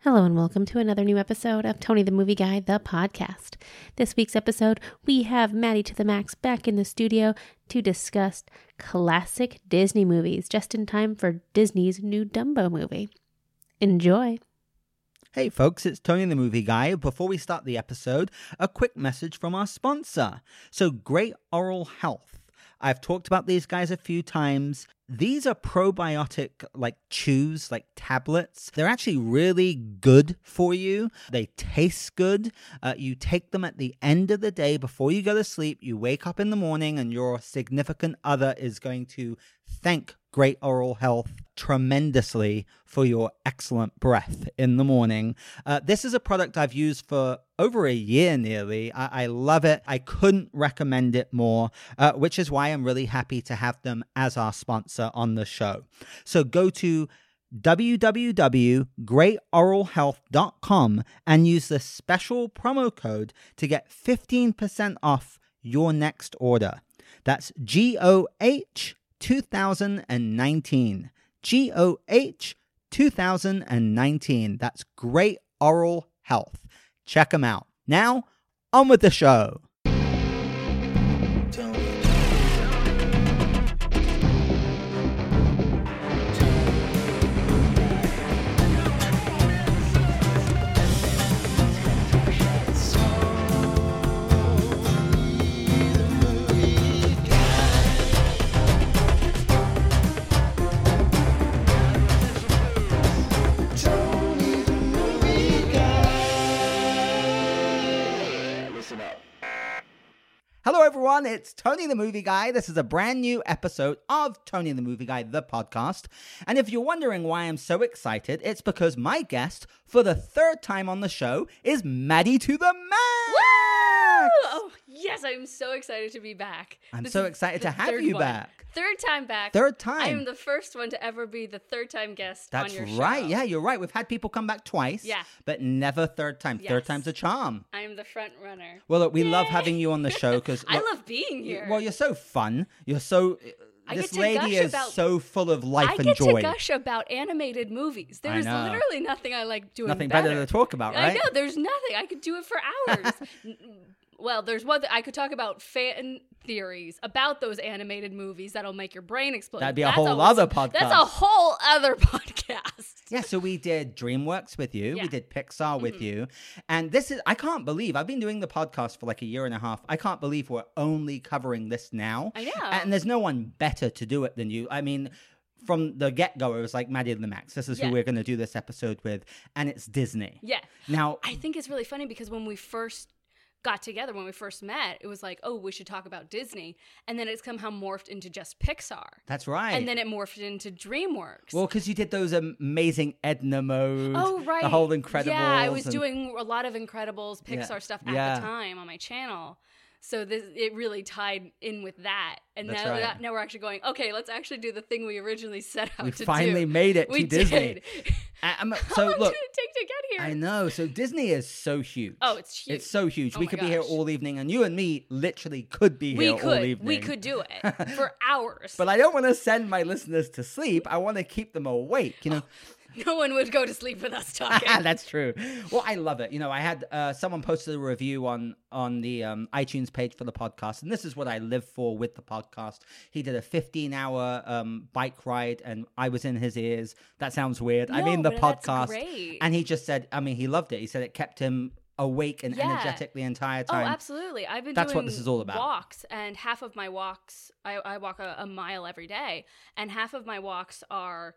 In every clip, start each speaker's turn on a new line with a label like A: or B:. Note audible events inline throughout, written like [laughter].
A: Hello, and welcome to another new episode of Tony the Movie Guy, the podcast. This week's episode, we have Maddie to the Max back in the studio to discuss classic Disney movies just in time for Disney's new Dumbo movie. Enjoy.
B: Hey folks, it's Tony the Movie Guy. Before we start the episode, a quick message from our sponsor. So, Great Oral Health. I've talked about these guys a few times. These are probiotic like chews, like tablets. They're actually really good for you. They taste good. Uh, you take them at the end of the day before you go to sleep. You wake up in the morning and your significant other is going to thank Great Oral Health tremendously for your excellent breath in the morning. Uh, this is a product I've used for over a year nearly. I, I love it. I couldn't recommend it more, uh, which is why I'm really happy to have them as our sponsor on the show. So go to www.greatoralhealth.com and use the special promo code to get 15% off your next order. That's G O H 2019. GOH 2019. That's great oral health. Check them out. Now, on with the show. Hello, everyone. It's Tony the Movie Guy. This is a brand new episode of Tony the Movie Guy, the podcast. And if you're wondering why I'm so excited, it's because my guest for the third time on the show is Maddie to the Max.
C: [laughs] Oh yes, I'm so excited to be back.
B: I'm
C: This
B: so
C: is
B: excited
C: the
B: to have
C: third
B: you
C: one.
B: back.
C: Third time back.
B: Third
C: I
B: time.
C: am the first one to ever be the third time guest
B: That's
C: on your show.
B: right. Yeah, you're right. We've had people come back twice,
C: Yeah.
B: but never third time. Third
C: Yes.
B: time's a charm.
C: I am the front runner.
B: Well, look, we love having you on the show because
C: [laughs] I love being here.
B: Well, you're so fun. You're so.
C: I
B: this
C: get to gush
B: lady is
C: about-
B: so full of life
C: I
B: and
C: get
B: joy.
C: to gush about animated movies.
B: I
C: There is
B: know.
C: literally nothing I like doing.
B: Nothing better, to talk about, right?
C: I know. There's nothing. I could do it for hours.
B: [laughs]
C: N- well, there's one. Th- I could talk about fan theories about those animated movies that'll make your brain explode.
B: That'd be a
C: That's
B: whole
C: s-
B: other
C: That's
B: podcast.
C: a whole other [laughs] podcast.
B: Yeah, so we did DreamWorks with you.
C: Yeah. Mm-hmm.
B: We did Pixar with you. And this is, I can't believe, I've been doing the podcast for like a year and a half. I can't believe we're only covering this now.
C: I know.
B: And there's no one better to do it than you. I mean, from the get go, it was like Maddie Lamax. This is
C: Yeah.
B: who we're going to do this episode with. And it's Disney.
C: Yeah.
B: Now,
C: I think it's really funny because when we first got together, when we first met, it was like, oh, we should talk about Disney. And then it's somehow morphed into just Pixar.
B: that's right.
C: And then it morphed into DreamWorks.
B: well, because you did those am- amazing Edna modes.
C: oh, right.
B: The whole Incredibles.
C: Yeah, I was
B: and-
C: doing a lot of Incredibles Pixar
B: Yeah.
C: stuff at
B: Yeah.
C: the time on my channel. So this it really tied in with that. And
B: That's
C: now,
B: right.
C: that- now we're actually going, okay, let's actually do the thing we originally set out
B: We
C: to
B: finally
C: do.
B: made it
C: we
B: to Disney.
C: did.
B: I- I'm-
C: [laughs] How
B: so
C: long
B: look,
C: did it take to get here?
B: I know. So Disney is so huge.
C: Oh, it's huge.
B: It's so huge.
C: Oh
B: we
C: my
B: could be here
C: gosh.
B: all evening, and you and me literally could be here
C: we
B: all
C: could.
B: evening.
C: We could
B: [laughs]
C: do it for hours.
B: But I don't want to send my listeners to sleep. I want to keep them awake. You know.
C: [laughs] No one would go to sleep
B: [laughs]
C: with us [laughs] talking.
B: That's true. Well, I love it. You know, I had uh, someone posted a review on on the um, iTunes page for the podcast, and this is what I live for with the podcast. He did a 15 hour um, bike ride, and I was in his ears. That sounds weird. I
C: No,
B: mean, the
C: but
B: podcast,
C: that's great.
B: and he just said, I mean, he loved it. He said it kept him awake and
C: Yeah.
B: energetic the entire
C: oh,
B: time.
C: absolutely. I've been
B: That's what
C: doing
B: this is all about.
C: walks, and half of my walks, I, I walk a, a mile every day, and half of my walks are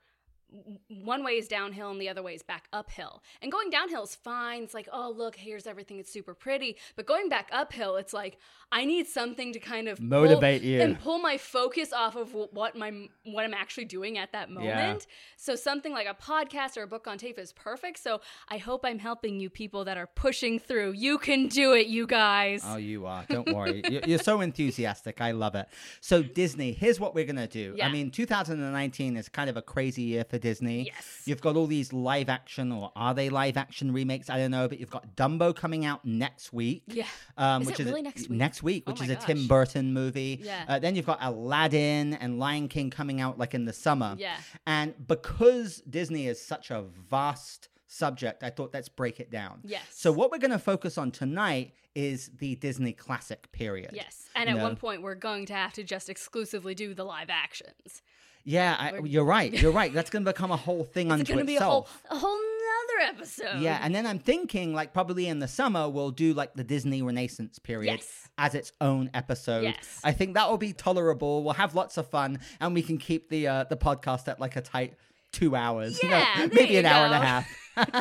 C: w- one way is downhill and the other way is back uphill. And going downhill is fine. It's like, oh, look, here's everything. It's super pretty. But going back uphill, it's like, I need something to kind of pull-
B: Motivate you.
C: and pull my focus off of wh- what my what I'm actually doing at that moment. So something like a podcast or a book on tape is perfect. So I hope I'm helping you people that are pushing through. You can do it, you guys.
B: Oh, you are. Don't worry. You- You're so enthusiastic. I love it. So, Disney, here's what we're going to do. I
C: Yeah.
B: mean, 2019 is kind of a crazy year for Disney.
C: Yes.
B: You've got all these live action, or are they live action remakes? I don't know. But you've got Dumbo coming out next week.
C: Yeah.
B: Um,
C: Is
B: which
C: it
B: is a-
C: really next week?
B: Next week,
C: Oh
B: which
C: my
B: is a Tim
C: gosh.
B: Burton movie.
C: Yeah.
B: Uh, then you've got Aladdin and Lion King coming out like in the summer.
C: Yeah.
B: And because Disney is such a vast subject, I thought let's break it down.
C: Yes.
B: So what we're going to focus on tonight is the Disney classic period.
C: Yes. And at
B: No.
C: one point, we're going to have to just exclusively do the live actions.
B: Yeah, I,
C: We're-
B: you're right. You're right. That's going to become a whole thing
C: [laughs] It's
B: unto
C: going to be a whole,
B: itself.
C: a whole nother episode.
B: yeah, and then I'm thinking like probably in the summer we'll do like the Disney Renaissance period
C: Yes.
B: as its own episode.
C: Yes.
B: I think that will be tolerable. We'll have lots of fun, and we can keep the uh, the podcast at like a tight two hours. No,
C: Yeah, there
B: [laughs] maybe
C: you
B: an hour and a
C: go.
B: half.
C: [laughs]
B: [laughs]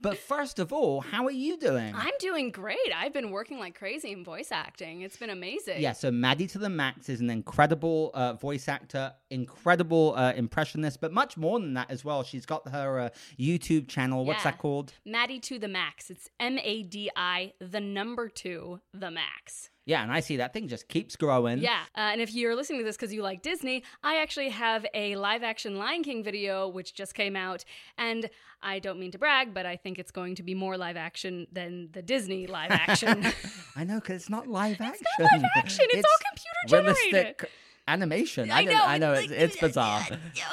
B: but first of all, how are you doing?
C: I'm doing great. I've been working like crazy in voice acting. It's been amazing.
B: Yeah, so Maddie to the Max is an incredible uh, voice actor, incredible uh, impressionist, but much more than that as well. She's got her uh, YouTube channel. What's
C: Yeah.
B: that called?
C: Maddie to the max. It's M A D I, the number two, the max.
B: Yeah, and I see that thing just keeps growing.
C: Yeah. Uh, and if you're listening to this because you like Disney, I actually have a live action Lion King video which just came out. And I don't mean to brag, but I think it's going to be more live action than the Disney live action.
B: I know, because it's not live action.
C: It's not live action. It's, all computer generated.
B: realistic animation. [laughs] I,
C: I
B: don't-
C: know.
B: I know, it's,
C: like-
B: it's bizarre.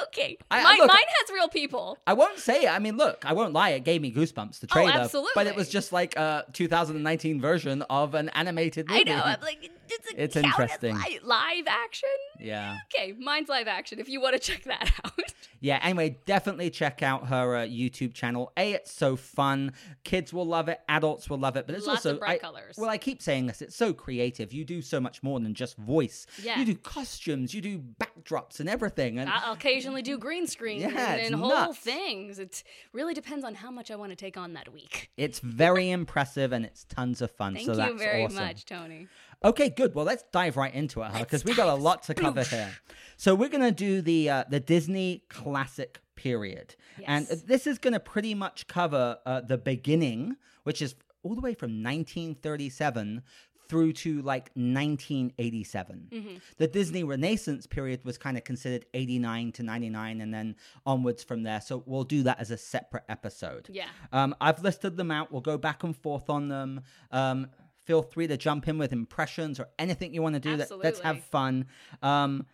C: Okay.
B: I- I-
C: mine,
B: look-
C: mine has real people.
B: I won't say it. I mean, look, I won't lie. It gave me goosebumps. The
C: Oh,
B: trailer, but
C: absolutely.
B: it was just like a 2019 version of an animated movie.
C: I know. I'm like, it's, a
B: It's
C: count as
B: interesting.
C: li- live action?
B: [laughs] yeah.
C: Okay. Mine's live action if you want to check that [laughs] out.
B: Yeah, anyway, definitely check out her uh, YouTube channel. A, it's so fun. Kids will love it, adults will love it, but it's
C: Lots
B: also
C: of bright
B: I-
C: colors.
B: Well, I keep saying this, it's so creative. You do so much more than just voice.
C: Yeah. Uh,
B: You do costumes, you do backdrops and everything. And
C: I'll occasionally do green screen
B: Yeah,
C: and,
B: it's
C: and whole
B: nuts.
C: things. It really depends on how much I want to take on that week.
B: it's very impressive and it's tons of fun.
C: Thank
B: so
C: you
B: that's
C: very
B: awesome.
C: much, Tony.
B: Okay, good. Well, let's dive right into it, because we got a lot to cover here. So we're gonna do the uh, the Disney classic period, and
C: Yes.
B: this is gonna pretty much cover uh, the beginning, which is all the way from 1937 through to like 1987.
C: Mm-hmm.
B: The Disney Renaissance period was kind of considered 89 to 99, and then onwards from there. So we'll do that as a separate episode.
C: Yeah.
B: Um, I've listed them out. We'll go back and forth on them. Um, feel free to jump in with impressions or anything you want to do. Let- let's have fun. Um,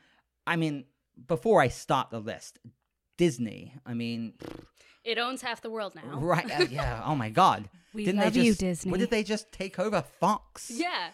B: I mean, before I start the list, Disney. I mean,
C: It owns half the world now.
B: right? uh, yeah. Oh my
C: [laughs]
B: God.
A: We love you,
B: just,
A: Disney.
B: What did they just take over Fox?
C: Yeah.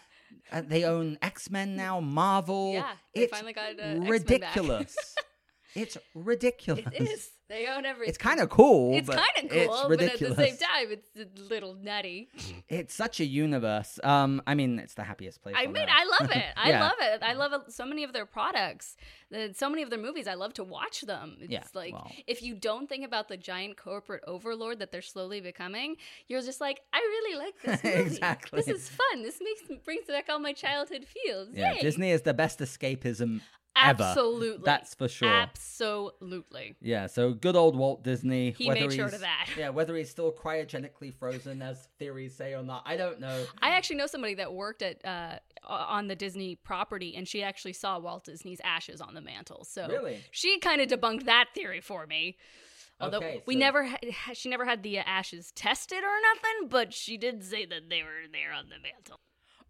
B: Uh, they own X Men now. Marvel.
C: Yeah, they
B: It's
C: finally got, uh, X-Men back.
B: ridiculous.
C: [laughs]
B: it's [laughs] ridiculous.
C: It is. They own everything.
B: It's kind of cool.
C: It's
B: but
C: kind of cool,
B: It's
C: but at
B: ridiculous.
C: the same time, it's a little nutty.
B: It's such a universe. Um, I mean, it's the happiest place.
C: I
B: on
C: mean,
B: earth.
C: I love it.
B: [laughs]
C: I
B: Yeah.
C: love it. I love it- so many of their products, the- so many of their movies. I love to watch them. It's
B: Yeah,
C: like
B: well.
C: if you don't think about the giant corporate overlord that they're slowly becoming, you're just like, I really like
B: [laughs]
C: this movie.
B: Exactly.
C: This is fun. This makes brings back all my childhood feels.
B: yeah,
C: Yay.
B: Disney is the best escapism ever.
C: Absolutely.
B: That's for sure.
C: Absolutely.
B: yeah, so good old Walt Disney.
C: He
B: whether
C: made sure
B: he's-
C: to that.
B: [laughs] Yeah, whether he's still cryogenically frozen, as theories say or not, I don't
C: [laughs]
B: know.
C: I actually know somebody that worked at uh, on the Disney property, and she actually saw Walt Disney's ashes on the mantle. So
B: Really?
C: she kind of debunked that theory for me. Although
B: Okay,
C: we
B: so-
C: never, ha- ha- she never had the uh, ashes tested or nothing, but she did say that they were there on the mantle.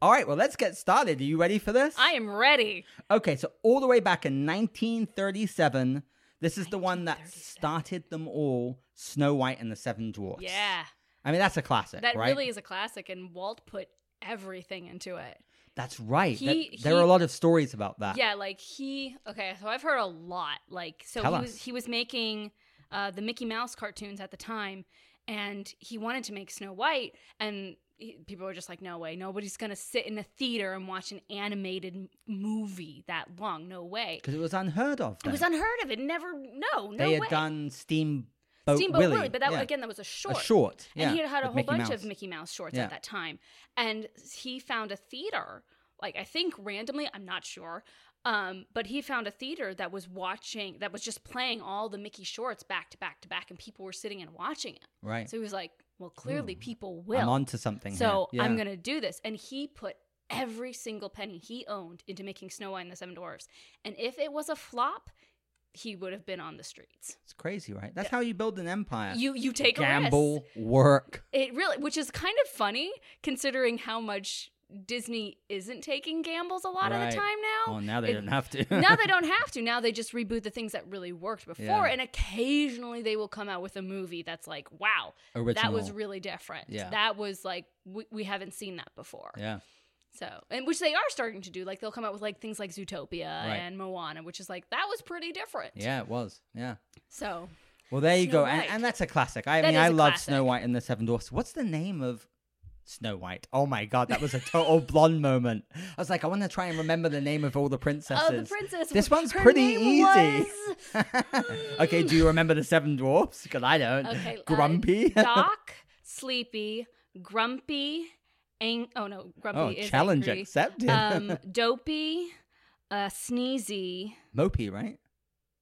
B: All right, well, let's get started. Are you ready for this?
C: I am ready.
B: Okay, so all the way back in 1937, this is the one that
C: 1937.
B: started them all: Snow White and the Seven Dwarfs.
C: Yeah,
B: I mean that's a classic,
C: that
B: right?
C: really is a classic, and Walt put everything into it.
B: That's right.
C: He-
B: That- there are
C: he-
B: a lot of stories about that.
C: [laughs] Yeah, like he. Okay, so I've heard a lot. Like, so
B: Tell
C: he
B: us.
C: was he was making uh, the Mickey Mouse cartoons at the time, and he wanted to make Snow White, and he, people were just like, "No way, nobody's gonna sit in a theater and watch an animated m- movie that long. No way."
B: because it was unheard of.
C: It was
B: then.
C: unheard of. It never. No, no
B: they had
C: way.
B: done Steamboat,
C: Steamboat
B: Willie,
C: Willie, but that
B: yeah.
C: again, that was a short.
B: a short, yeah,
C: and he had had
B: with
C: a whole
B: Mickey
C: bunch
B: Mouse.
C: of Mickey Mouse shorts
B: Yeah.
C: at that time. And he found a theater, like I think randomly, I'm not sure, um, but he found a theater that was watching, that was just playing all the Mickey shorts back to back to back, and people were sitting and watching it.
B: Right, Hmm.
C: So he was like, well, clearly people
B: I'm
C: will.
B: onto something.
C: So
B: here.
C: I'm
B: Yeah.
C: going to do this. And he put every single penny he owned into making Snow White and the Seven Dwarfs. And if it was a flop, he would have been on the streets.
B: It's crazy, right? That's how you build an empire.
C: You you take a risk.
B: gamble, work.
C: It really, which is kind of funny considering how much Disney isn't taking gambles a lot of
B: Right.
C: the time
B: [laughs]
C: now.
B: Well, now they
C: It-
B: don't have to.
C: [laughs] now they don't have to. Now they just reboot the things that really worked before,
B: Yeah.
C: and occasionally they will come out with a movie that's like, wow,
B: [laughs] Original.
C: that was really different.
B: Yeah.
C: That was like we, we haven't seen that before.
B: yeah.
C: So, and which they are starting to do. Like they'll come out with like things like Zootopia
B: Right.
C: and Moana, which is like that was pretty different.
B: Yeah, it was. Yeah.
C: So
B: Well, there you
C: Snow
B: go, and,
C: White.
B: and that's a classic. I
C: That
B: mean,
C: is
B: I
C: a
B: love
C: classic.
B: Snow White and the Seven Dwarfs. What's the name of Snow White? Oh my god, that was a
C: [laughs]
B: total blonde moment. I was like, I want to try and remember the name of all the princesses.
C: Oh, the princess.
B: This one's
C: her
B: pretty
C: name
B: easy.
C: was-
B: [laughs] okay, do you remember the Seven Dwarfs? Because I don't.
C: Okay, uh,
B: Grumpy.
C: Doc, sleepy, grumpy, ang- oh no, grumpy
B: [laughs] oh,
C: is
B: challenge
C: angry.
B: accepted. [laughs]
C: Um, dopey, uh, sneezy.
B: Mopey, right?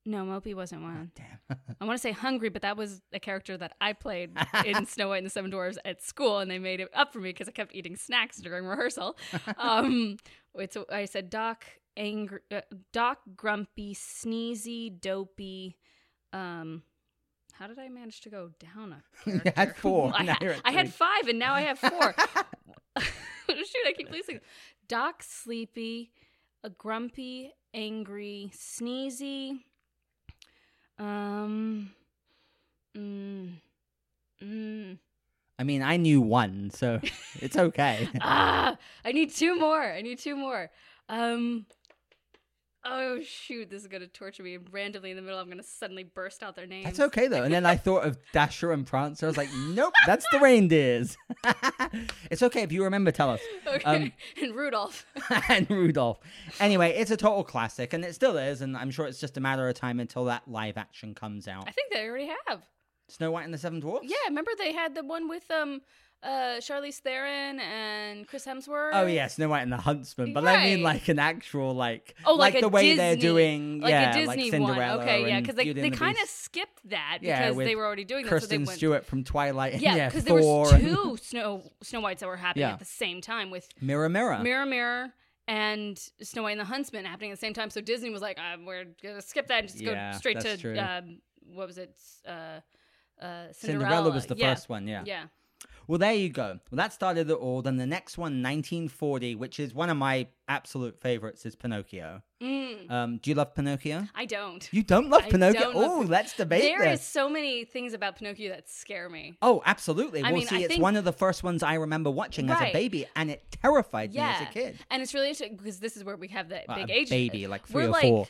C: No, Mopey
B: [laughs]
C: wasn't one.
B: Damn.
C: I want to say hungry, but that was a character that I played
B: [laughs]
C: in Snow White and the Seven Dwarfs at school, and they made it up for me because I kept eating snacks during
B: [laughs]
C: rehearsal. Um, it's I said Doc angry, uh, Doc grumpy, sneezy, dopey. Um, how did I manage to go down
B: [laughs]
C: a
B: You
C: character? [laughs]
B: had four,
C: I,
B: now
C: ha-
B: you're at
C: I had
B: three.
C: five, and now I
B: [laughs]
C: have four. [laughs] Shoot, I keep losing. Doc sleepy, a grumpy, angry, sneezy. Um. Mm, mm.
B: [laughs] I mean, I knew one, so [laughs] it's okay.
C: [laughs] ah, I need two more. I need two more. Um. Oh shoot, this is gonna torture me. Randomly in the middle, I'm gonna suddenly burst out their names.
B: That's okay though. And then I thought of Dasher and Prancer. I was like, nope, that's the reindeers. [laughs] it's okay if you remember, tell us.
C: [laughs]
B: [laughs]
C: Okay.
B: Um,
C: and Rudolph. [laughs]
B: and Rudolph. Anyway, it's a total classic, and it still is, and I'm sure it's just a matter of time until that live action comes out.
C: I think they already have.
B: Snow White and the Seven Dwarfs.
C: Yeah, remember they had the one with um, uh, Charlize Theron and Chris Hemsworth.
B: Oh yeah, Snow White and the Huntsman. But I mean
C: Right.
B: like an actual like
C: Oh, like, a
B: the way they're
C: Disney-
B: doing
C: like
B: yeah
C: a Disney
B: like Cinderella.
C: one. Okay, yeah,
B: because
C: they they
B: kind
C: kind of skipped that
B: Yeah,
C: because
B: with
C: they were already doing that. So they
B: Kirsten
C: went
B: Stewart from Twilight. and,
C: Yeah,
B: yeah,
C: because there
B: Thor
C: was
B: and-
C: two [laughs] Snow Snow Whites that were happening
B: Yeah.
C: at the same time with
B: [laughs] Mirror Mirror.
C: Mirror Mirror and Snow White and the Huntsman happening at the same time. So Disney was like, uh, "We're gonna skip that and just
B: Yeah,
C: go straight
B: that's true.
C: to um, what was it? Uh, uh, Cinderella.
B: Cinderella. was the
C: yeah.
B: first one,
C: Yeah.
B: Well, there you go. Well, that started it all. Then the next one, 1940, which is one of my absolute favorites, is Pinocchio.
C: Mm,
B: Um, do you love Pinocchio?
C: I don't.
B: You don't love
C: I
B: Pinocchio?
C: don't
B: Oh,
C: love-
B: let's debate
C: There
B: this.
C: is so many things about Pinocchio that scare me.
B: Oh, absolutely.
C: I
B: well,
C: mean,
B: see,
C: I
B: it's
C: think-
B: one of the first ones I remember watching as a
C: Right.
B: baby, and it terrified me as
C: Yeah.
B: a kid.
C: And it's really interesting because this is where we have that
B: Well,
C: big
B: a
C: age.
B: baby, like three
C: We're
B: or
C: like
B: four.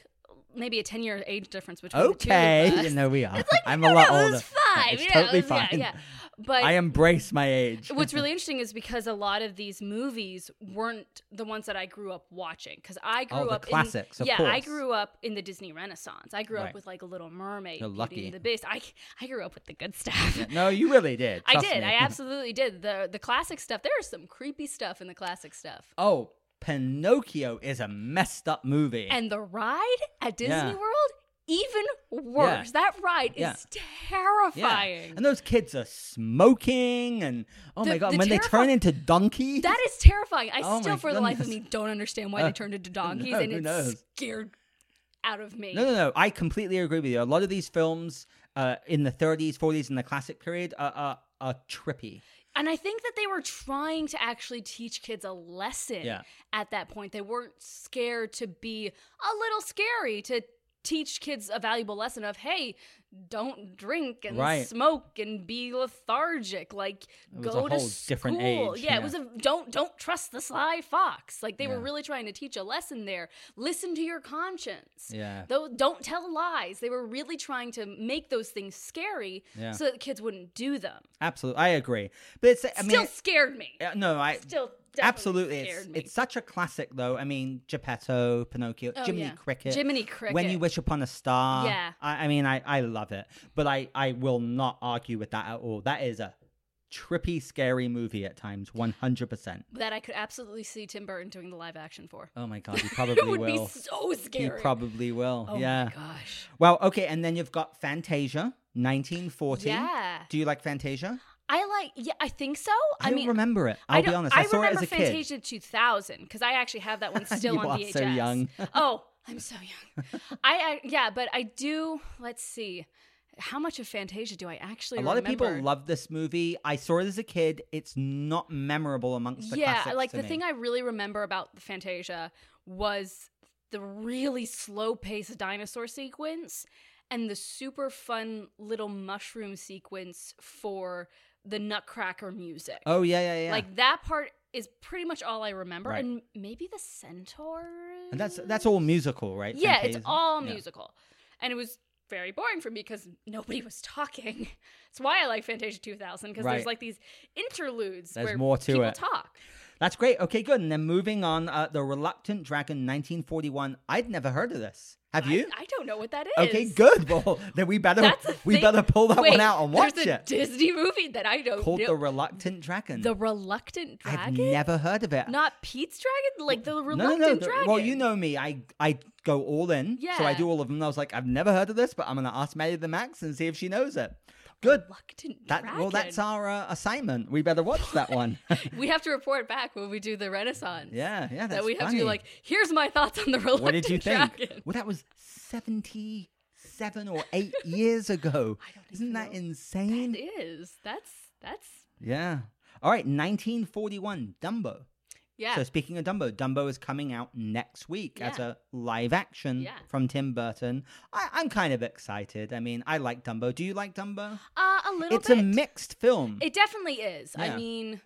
C: maybe a ten year age difference between the two of [laughs]
B: Okay,
C: us.
B: you [laughs] know we are.
C: It's like,
B: I'm a
C: no,
B: lot
C: no, it
B: older.
C: was
B: Yeah,
C: five.
B: It's
C: Yeah, it
B: totally
C: was- yeah,
B: fine.
C: yeah. But
B: I embrace my age.
C: What's really interesting is because a lot of these movies weren't the ones that I grew up watching. Because I grew
B: Oh, the
C: up
B: classics,
C: In,
B: of
C: yeah, I
B: course.
C: grew up in the Disney Renaissance. I grew
B: Right.
C: up with like a Little Mermaid,
B: You're
C: Beauty
B: lucky.
C: and the Beast. I I grew up with the good stuff.
B: [laughs] no, you really did.
C: [laughs] I
B: trust
C: did.
B: me. [laughs]
C: I absolutely did. the The classic stuff. There is some creepy stuff in the classic stuff.
B: Oh, Pinocchio is a messed up movie.
C: And the ride at Disney
B: Yeah.
C: World, even worse. That ride
B: Yeah.
C: is terrifying.
B: And those kids are smoking and oh my
C: The-
B: god,
C: the
B: when they
C: terrify-
B: turn into donkeys.
C: That is terrifying. I
B: Oh my
C: still, for the life of
B: goodness.
C: me, don't understand why
B: Uh,
C: they turned into
B: [laughs]
C: donkeys,
B: no,
C: and
B: who
C: it
B: knows?
C: scared out of me.
B: no, no, no. I completely agree with you. A lot of these films uh, in the 30s, 40s, and the classic period are, are, are trippy.
C: And I think that they were trying to actually teach kids a lesson
B: Yeah.
C: at that point. They weren't scared to be a little scary to teach kids a valuable lesson of hey don't drink and
B: Right.
C: smoke and be lethargic like
B: was
C: go
B: a
C: to
B: whole different
C: school.
B: age,
C: yeah,
B: yeah.
C: it was a don't don't trust the sly fox like they were
B: Yeah.
C: really trying to teach a lesson there listen to your conscience
B: Yeah.
C: Though, don't tell lies. They were really trying to make those things scary
B: Yeah.
C: so that kids wouldn't do them.
B: Absolutely. I agree. But it's, I mean,
C: Still
B: it-
C: scared me.
B: uh, no, I.
C: Still definitely
B: Absolutely,
C: scared
B: it's,
C: me.
B: it's such a classic though. I mean, Geppetto, Pinocchio,
C: Oh,
B: Jiminy
C: yeah.
B: Cricket,
C: Jiminy Cricket.
B: When You Wish Upon a Star.
C: Yeah.
B: I, I mean, I, I love it, but I, I will not argue with that at all. That is a trippy, scary movie at times, 100%.
C: that I could absolutely see Tim Burton doing the live action for.
B: Oh my
C: [laughs]
B: God, you probably
C: it would
B: will.
C: be so
B: He
C: scary.
B: probably will.
C: oh
B: yeah.
C: my gosh.
B: Well, okay, and then you've got Fantasia, 1940.
C: Yeah.
B: Do you like Fantasia?
C: I like yeah, I think so. I,
B: don't
C: mean
B: remember it.
C: I
B: I'll be
C: don't-
B: honest. I, saw it
C: remember
B: as a kid.
C: Fantasia 2000 because I actually
B: [laughs]
C: have that one still
B: You
C: on
B: are
C: VHS.
B: so
C: [laughs]
B: young.
C: oh, I'm so young. I, I yeah, but I do. Let's see. how much of Fantasia do I actually
B: A lot of people
C: remember?
B: love this movie. I saw it as a kid. It's not memorable amongst the
C: yeah,
B: classics.
C: like
B: to
C: the
B: me.
C: thing I really remember about the Fantasia was the really slow paced dinosaur sequence and the super fun little mushroom sequence for the Nutcracker music.
B: Oh yeah, yeah, yeah.
C: Like that part is pretty much all I remember,
B: Right.
C: and maybe the centaur.
B: and that's that's all musical, right?
C: Yeah, it's
B: Fantasia?
C: all
B: Yeah.
C: musical, and it was very boring for me because nobody was talking. [laughs] It's why I like Fantasia 2000 because
B: Right.
C: there's like these interludes
B: There's
C: where
B: more to
C: people
B: it.
C: talk.
B: That's great. Okay, good. And then moving on, uh, The Reluctant Dragon 1941. I'd never heard of this. Have
C: I-
B: you?
C: I, don't know what that is.
B: okay, good. Well, then we better
C: That's a
B: we
C: thing-
B: better pull that
C: Wait,
B: one out and watch
C: there's a
B: it.
C: Disney movie that I don't
B: Called
C: know.
B: The Reluctant Dragon.
C: The Reluctant
B: I've
C: Dragon?
B: never heard of it.
C: Not Pete's Dragon? Like the
B: No, no,
C: Reluctant
B: no. the-
C: Dragon.
B: Well, you know me. I I go all in. So I
C: Yeah.
B: do all of them. I was like, I've never heard of this, but I'm gonna ask Maddie the Max and see if she knows it. Good.
C: Reluctant
B: That
C: Dragon.
B: well, that's our uh, assignment. We better watch that
C: [laughs]
B: one.
C: We have to report back when we do the Renaissance.
B: yeah, yeah. That's
C: That we have
B: funny.
C: to be like, here's my thoughts on the Reluctant
B: What did you think?
C: Dragon.
B: Well, that was seventy-seven or eight years ago.
C: [laughs] I don't
B: Isn't
C: even
B: that
C: know.
B: insane?
C: That is. That's, that's,
B: Yeah. All right, 1941, Dumbo.
C: yeah.
B: So speaking of Dumbo, Dumbo is coming out next week as
C: Yeah.
B: a live action
C: Yeah.
B: from Tim Burton. I, I'm kind of excited. I mean, I like Dumbo. Do you like Dumbo?
C: uh, a little
B: It's
C: bit.
B: a mixed film.
C: It definitely is.
B: Yeah.
C: I mean,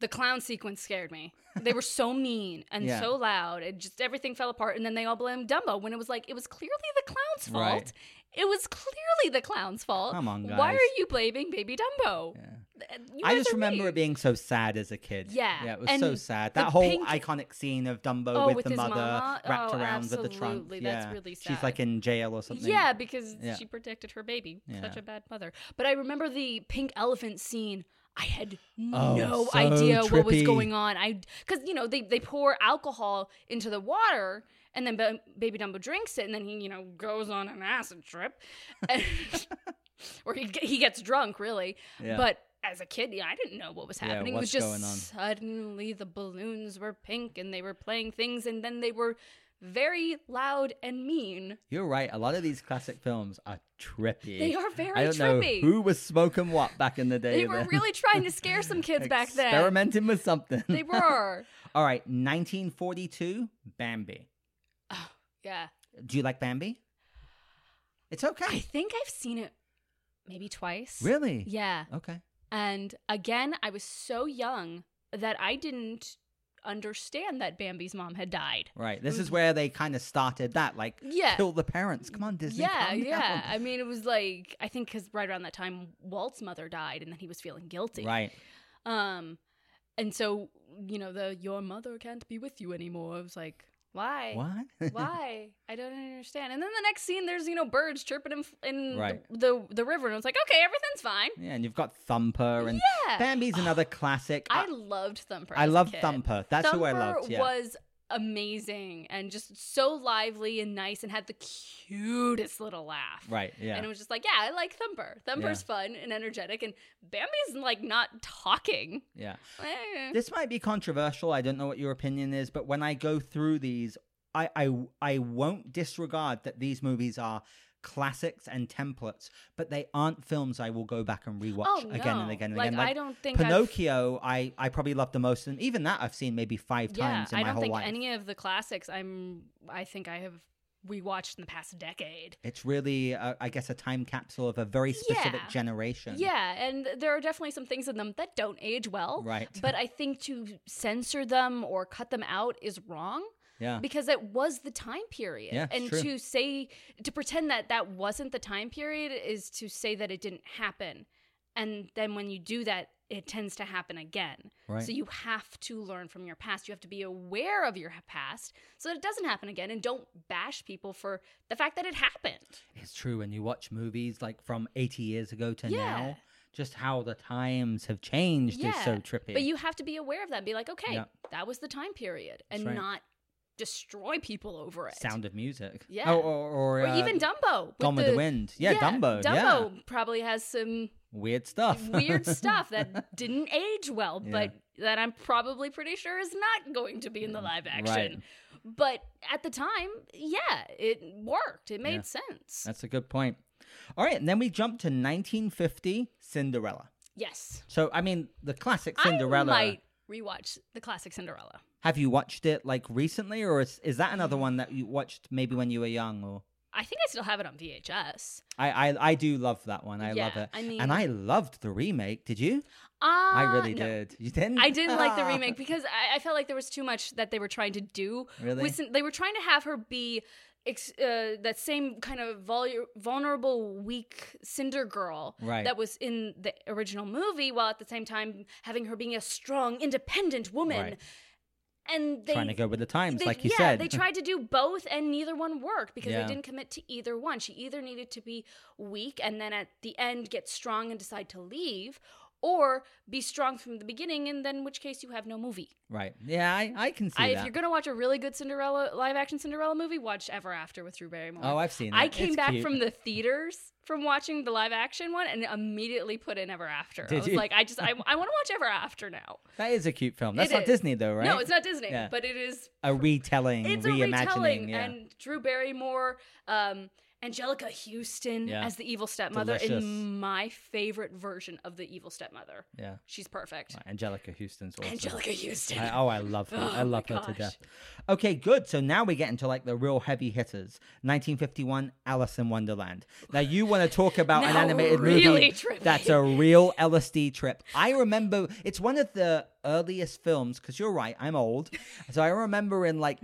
C: the clown sequence scared me. They were so mean and
B: Yeah.
C: so loud, and just everything fell apart. And then they all blamed Dumbo when it was like it was clearly the clown's fault.
B: Right.
C: It was clearly the clown's fault.
B: Come on,
C: Why
B: guys.
C: are you blaming Baby Dumbo?
B: Yeah.
C: Th- you
B: I
C: guys
B: just
C: are
B: remember
C: mean.
B: it being so sad as a kid.
C: Yeah,
B: Yeah, it was
C: and
B: so sad.
C: the
B: That whole
C: pink-
B: iconic scene of Dumbo
C: Oh,
B: with,
C: with
B: the
C: his
B: mother
C: mama?
B: wrapped
C: Oh,
B: around with the trunk.
C: absolutely. That's
B: yeah.
C: really
B: She's like
C: sad.
B: in jail or something.
C: Yeah, because
B: Yeah.
C: she protected her baby. Such
B: Yeah.
C: a bad mother. But I remember the pink elephant scene. I had
B: Oh,
C: no
B: so
C: idea what was
B: trippy.
C: going on. I because you know they they pour alcohol into the water and then ba- baby Dumbo drinks it and then he you know goes on an acid trip,
B: [laughs]
C: And- [laughs] or he ge- he gets drunk really.
B: Yeah.
C: But as a kid, yeah, I didn't know what was
B: Yeah,
C: happening. it was
B: what's
C: just
B: going on?
C: suddenly the balloons were pink and they were playing things and then they were very loud and mean.
B: You're right. A lot of these classic films are trippy.
C: They are very
B: I don't
C: trippy.
B: know who was smoking what back in the day.
C: They
B: [laughs]
C: were
B: then.
C: really trying to scare some
B: [laughs]
C: kids back then.
B: Experimenting with something.
C: They were.
B: [laughs] All right, 1942, Bambi. [laughs]
C: Yeah.
B: Do you like Bambi? It's okay.
C: I think I've seen it maybe twice.
B: Really?
C: Yeah.
B: Okay.
C: And again, I was so young that I didn't understand that Bambi's mom had died.
B: Right. This is where they kind of started that, like,
C: Mm-hmm. Yeah.
B: kill the parents. Come on, Disney.
C: yeah,
B: calm
C: yeah.
B: down.
C: I mean, it was like I think because right around that time, Walt's mother died, and then he was feeling guilty.
B: Right.
C: Um, and so you know, the your mother can't be with you anymore. I was like, why?
B: What? [laughs]
C: why i don't understand and then the next scene there's you know birds chirping in, in
B: Right.
C: the, the the river and it's like okay everything's fine
B: yeah, and you've got Thumper, and
C: yeah
B: Bambi's another classic.
C: i loved thumper
B: I
C: as a
B: love
C: kid.
B: Thumper. That's who I
C: Thumper
B: loved. Yeah.
C: was amazing and just so lively and nice and had the cutest little laugh
B: right. Yeah.
C: and it was just like yeah i like thumper thumper's fun and energetic and bambi's like not talking
B: yeah.
C: Eh.
B: This might be controversial. I don't know what your opinion is, but when I go through these, I I, I won't disregard that these movies are classics and templates, but they aren't films I will go back and rewatch
C: oh,
B: again and
C: no.
B: again and
C: like,
B: again.
C: i don't think I've-
B: Pinocchio, I, I probably love the most, and even that I've seen maybe five times in
C: I
B: my
C: don't
B: whole
C: think
B: life.
C: any of the classics I'm I think I have rewatched in the past decade.
B: It's really, uh, I guess, a time capsule of a very specific
C: Yeah.
B: generation.
C: Yeah, and there are definitely some things in them that don't age well.
B: Right.
C: But I think to censor them or cut them out is wrong
B: yeah.
C: because it was the time period.
B: Uh. Yeah, it's
C: and
B: true.
C: to say to pretend that that wasn't the time period is to say that it didn't happen. And then when you do that, it tends to happen again.
B: Right.
C: So you have to learn from your past. You have to be aware of your ha- past so that it doesn't happen again and don't bash people for the fact that it happened.
B: It's true when you watch movies like from 80 years ago to
C: Yeah.
B: now, just how the times have changed is so
C: Yeah,
B: trippy.
C: But you have to be aware of that and be like, okay,
B: Yeah.
C: that was the time period
B: That's
C: and
B: right.
C: not destroy people over it.
B: Sound of Music.
C: Yeah.
B: Oh, or or,
C: or
B: uh,
C: even Dumbo. with
B: Gone with the, Wind. Yeah, Dumbo. Yeah.
C: Dumbo probably has some
B: Weird stuff. [laughs]
C: weird stuff that didn't age well,
B: Yeah.
C: but that I'm probably pretty sure is not going to be in the live action. But at the time, yeah, it worked. It made
B: Yeah.
C: sense.
B: That's a good point. All right, and then we jump to 1950 Cinderella.
C: Yes.
B: So I mean, the classic Cinderella.
C: I might rewatch the classic Cinderella.
B: Have you watched it like recently, or is, is that another one that you watched maybe when you were young? Or
C: I think I still have it on VHS.
B: I I, I do love that one. I
C: yeah,
B: love it.
C: I mean,
B: And I loved the remake. Did you? I
C: Uh,
B: really
C: no.
B: did. You didn't?
C: I didn't like
B: [laughs]
C: the
B: Ah,
C: remake because I, I felt like there was too much that they were trying to do.
B: Really?
C: With, Cin- they were trying to have her be ex- uh, that same kind of volu- vulnerable, weak Cinder girl
B: Right.
C: that was in the original movie, while at the same time having her being a strong, independent woman.
B: Right.
C: And they
B: Trying to go with the times,
C: they-
B: like you
C: yeah,
B: said. [laughs]
C: they tried to do both, and neither one worked because
B: Yeah.
C: they didn't commit to either one. She either needed to be weak and then at the end get strong and decide to leave, or be strong from the beginning, and then in which case you have no movie.
B: right. Yeah, I, I can see
C: I, if
B: that.
C: you're gonna watch a really good Cinderella live action Cinderella movie, watch Ever After with Drew Barrymore.
B: oh, I've seen that.
C: I came
B: It's
C: back
B: cute.
C: from the theaters from watching the live action one and immediately put in Ever After.
B: Did
C: I was
B: you?
C: like, I just I, I want to watch Ever After now.
B: That is a cute film. That's
C: It
B: not
C: is.
B: Disney though, [laughs] right?
C: No, it's not Disney,
B: Yeah.
C: but it is
B: a retelling,
C: it's a
B: reimagining.
C: retelling
B: yeah.
C: and drew barrymore um angelica houston
B: Yeah.
C: as the evil stepmother
B: Delicious.
C: in my favorite version of the evil stepmother
B: yeah.
C: she's perfect
B: Right, Angelica Houston's awesome.
C: angelica houston [laughs]
B: I, oh, I love her.
C: Oh,
B: I
C: my
B: love her to
C: gosh.
B: death. Okay, good. So now we get into like the real heavy hitters. 1951, Alice in Wonderland. Now you want to talk about an
C: [laughs] Now
B: animated
C: really
B: movie
C: trippy.
B: that's a real LSD trip. I remember it's one of the earliest films because you're right. I'm old, so I remember in like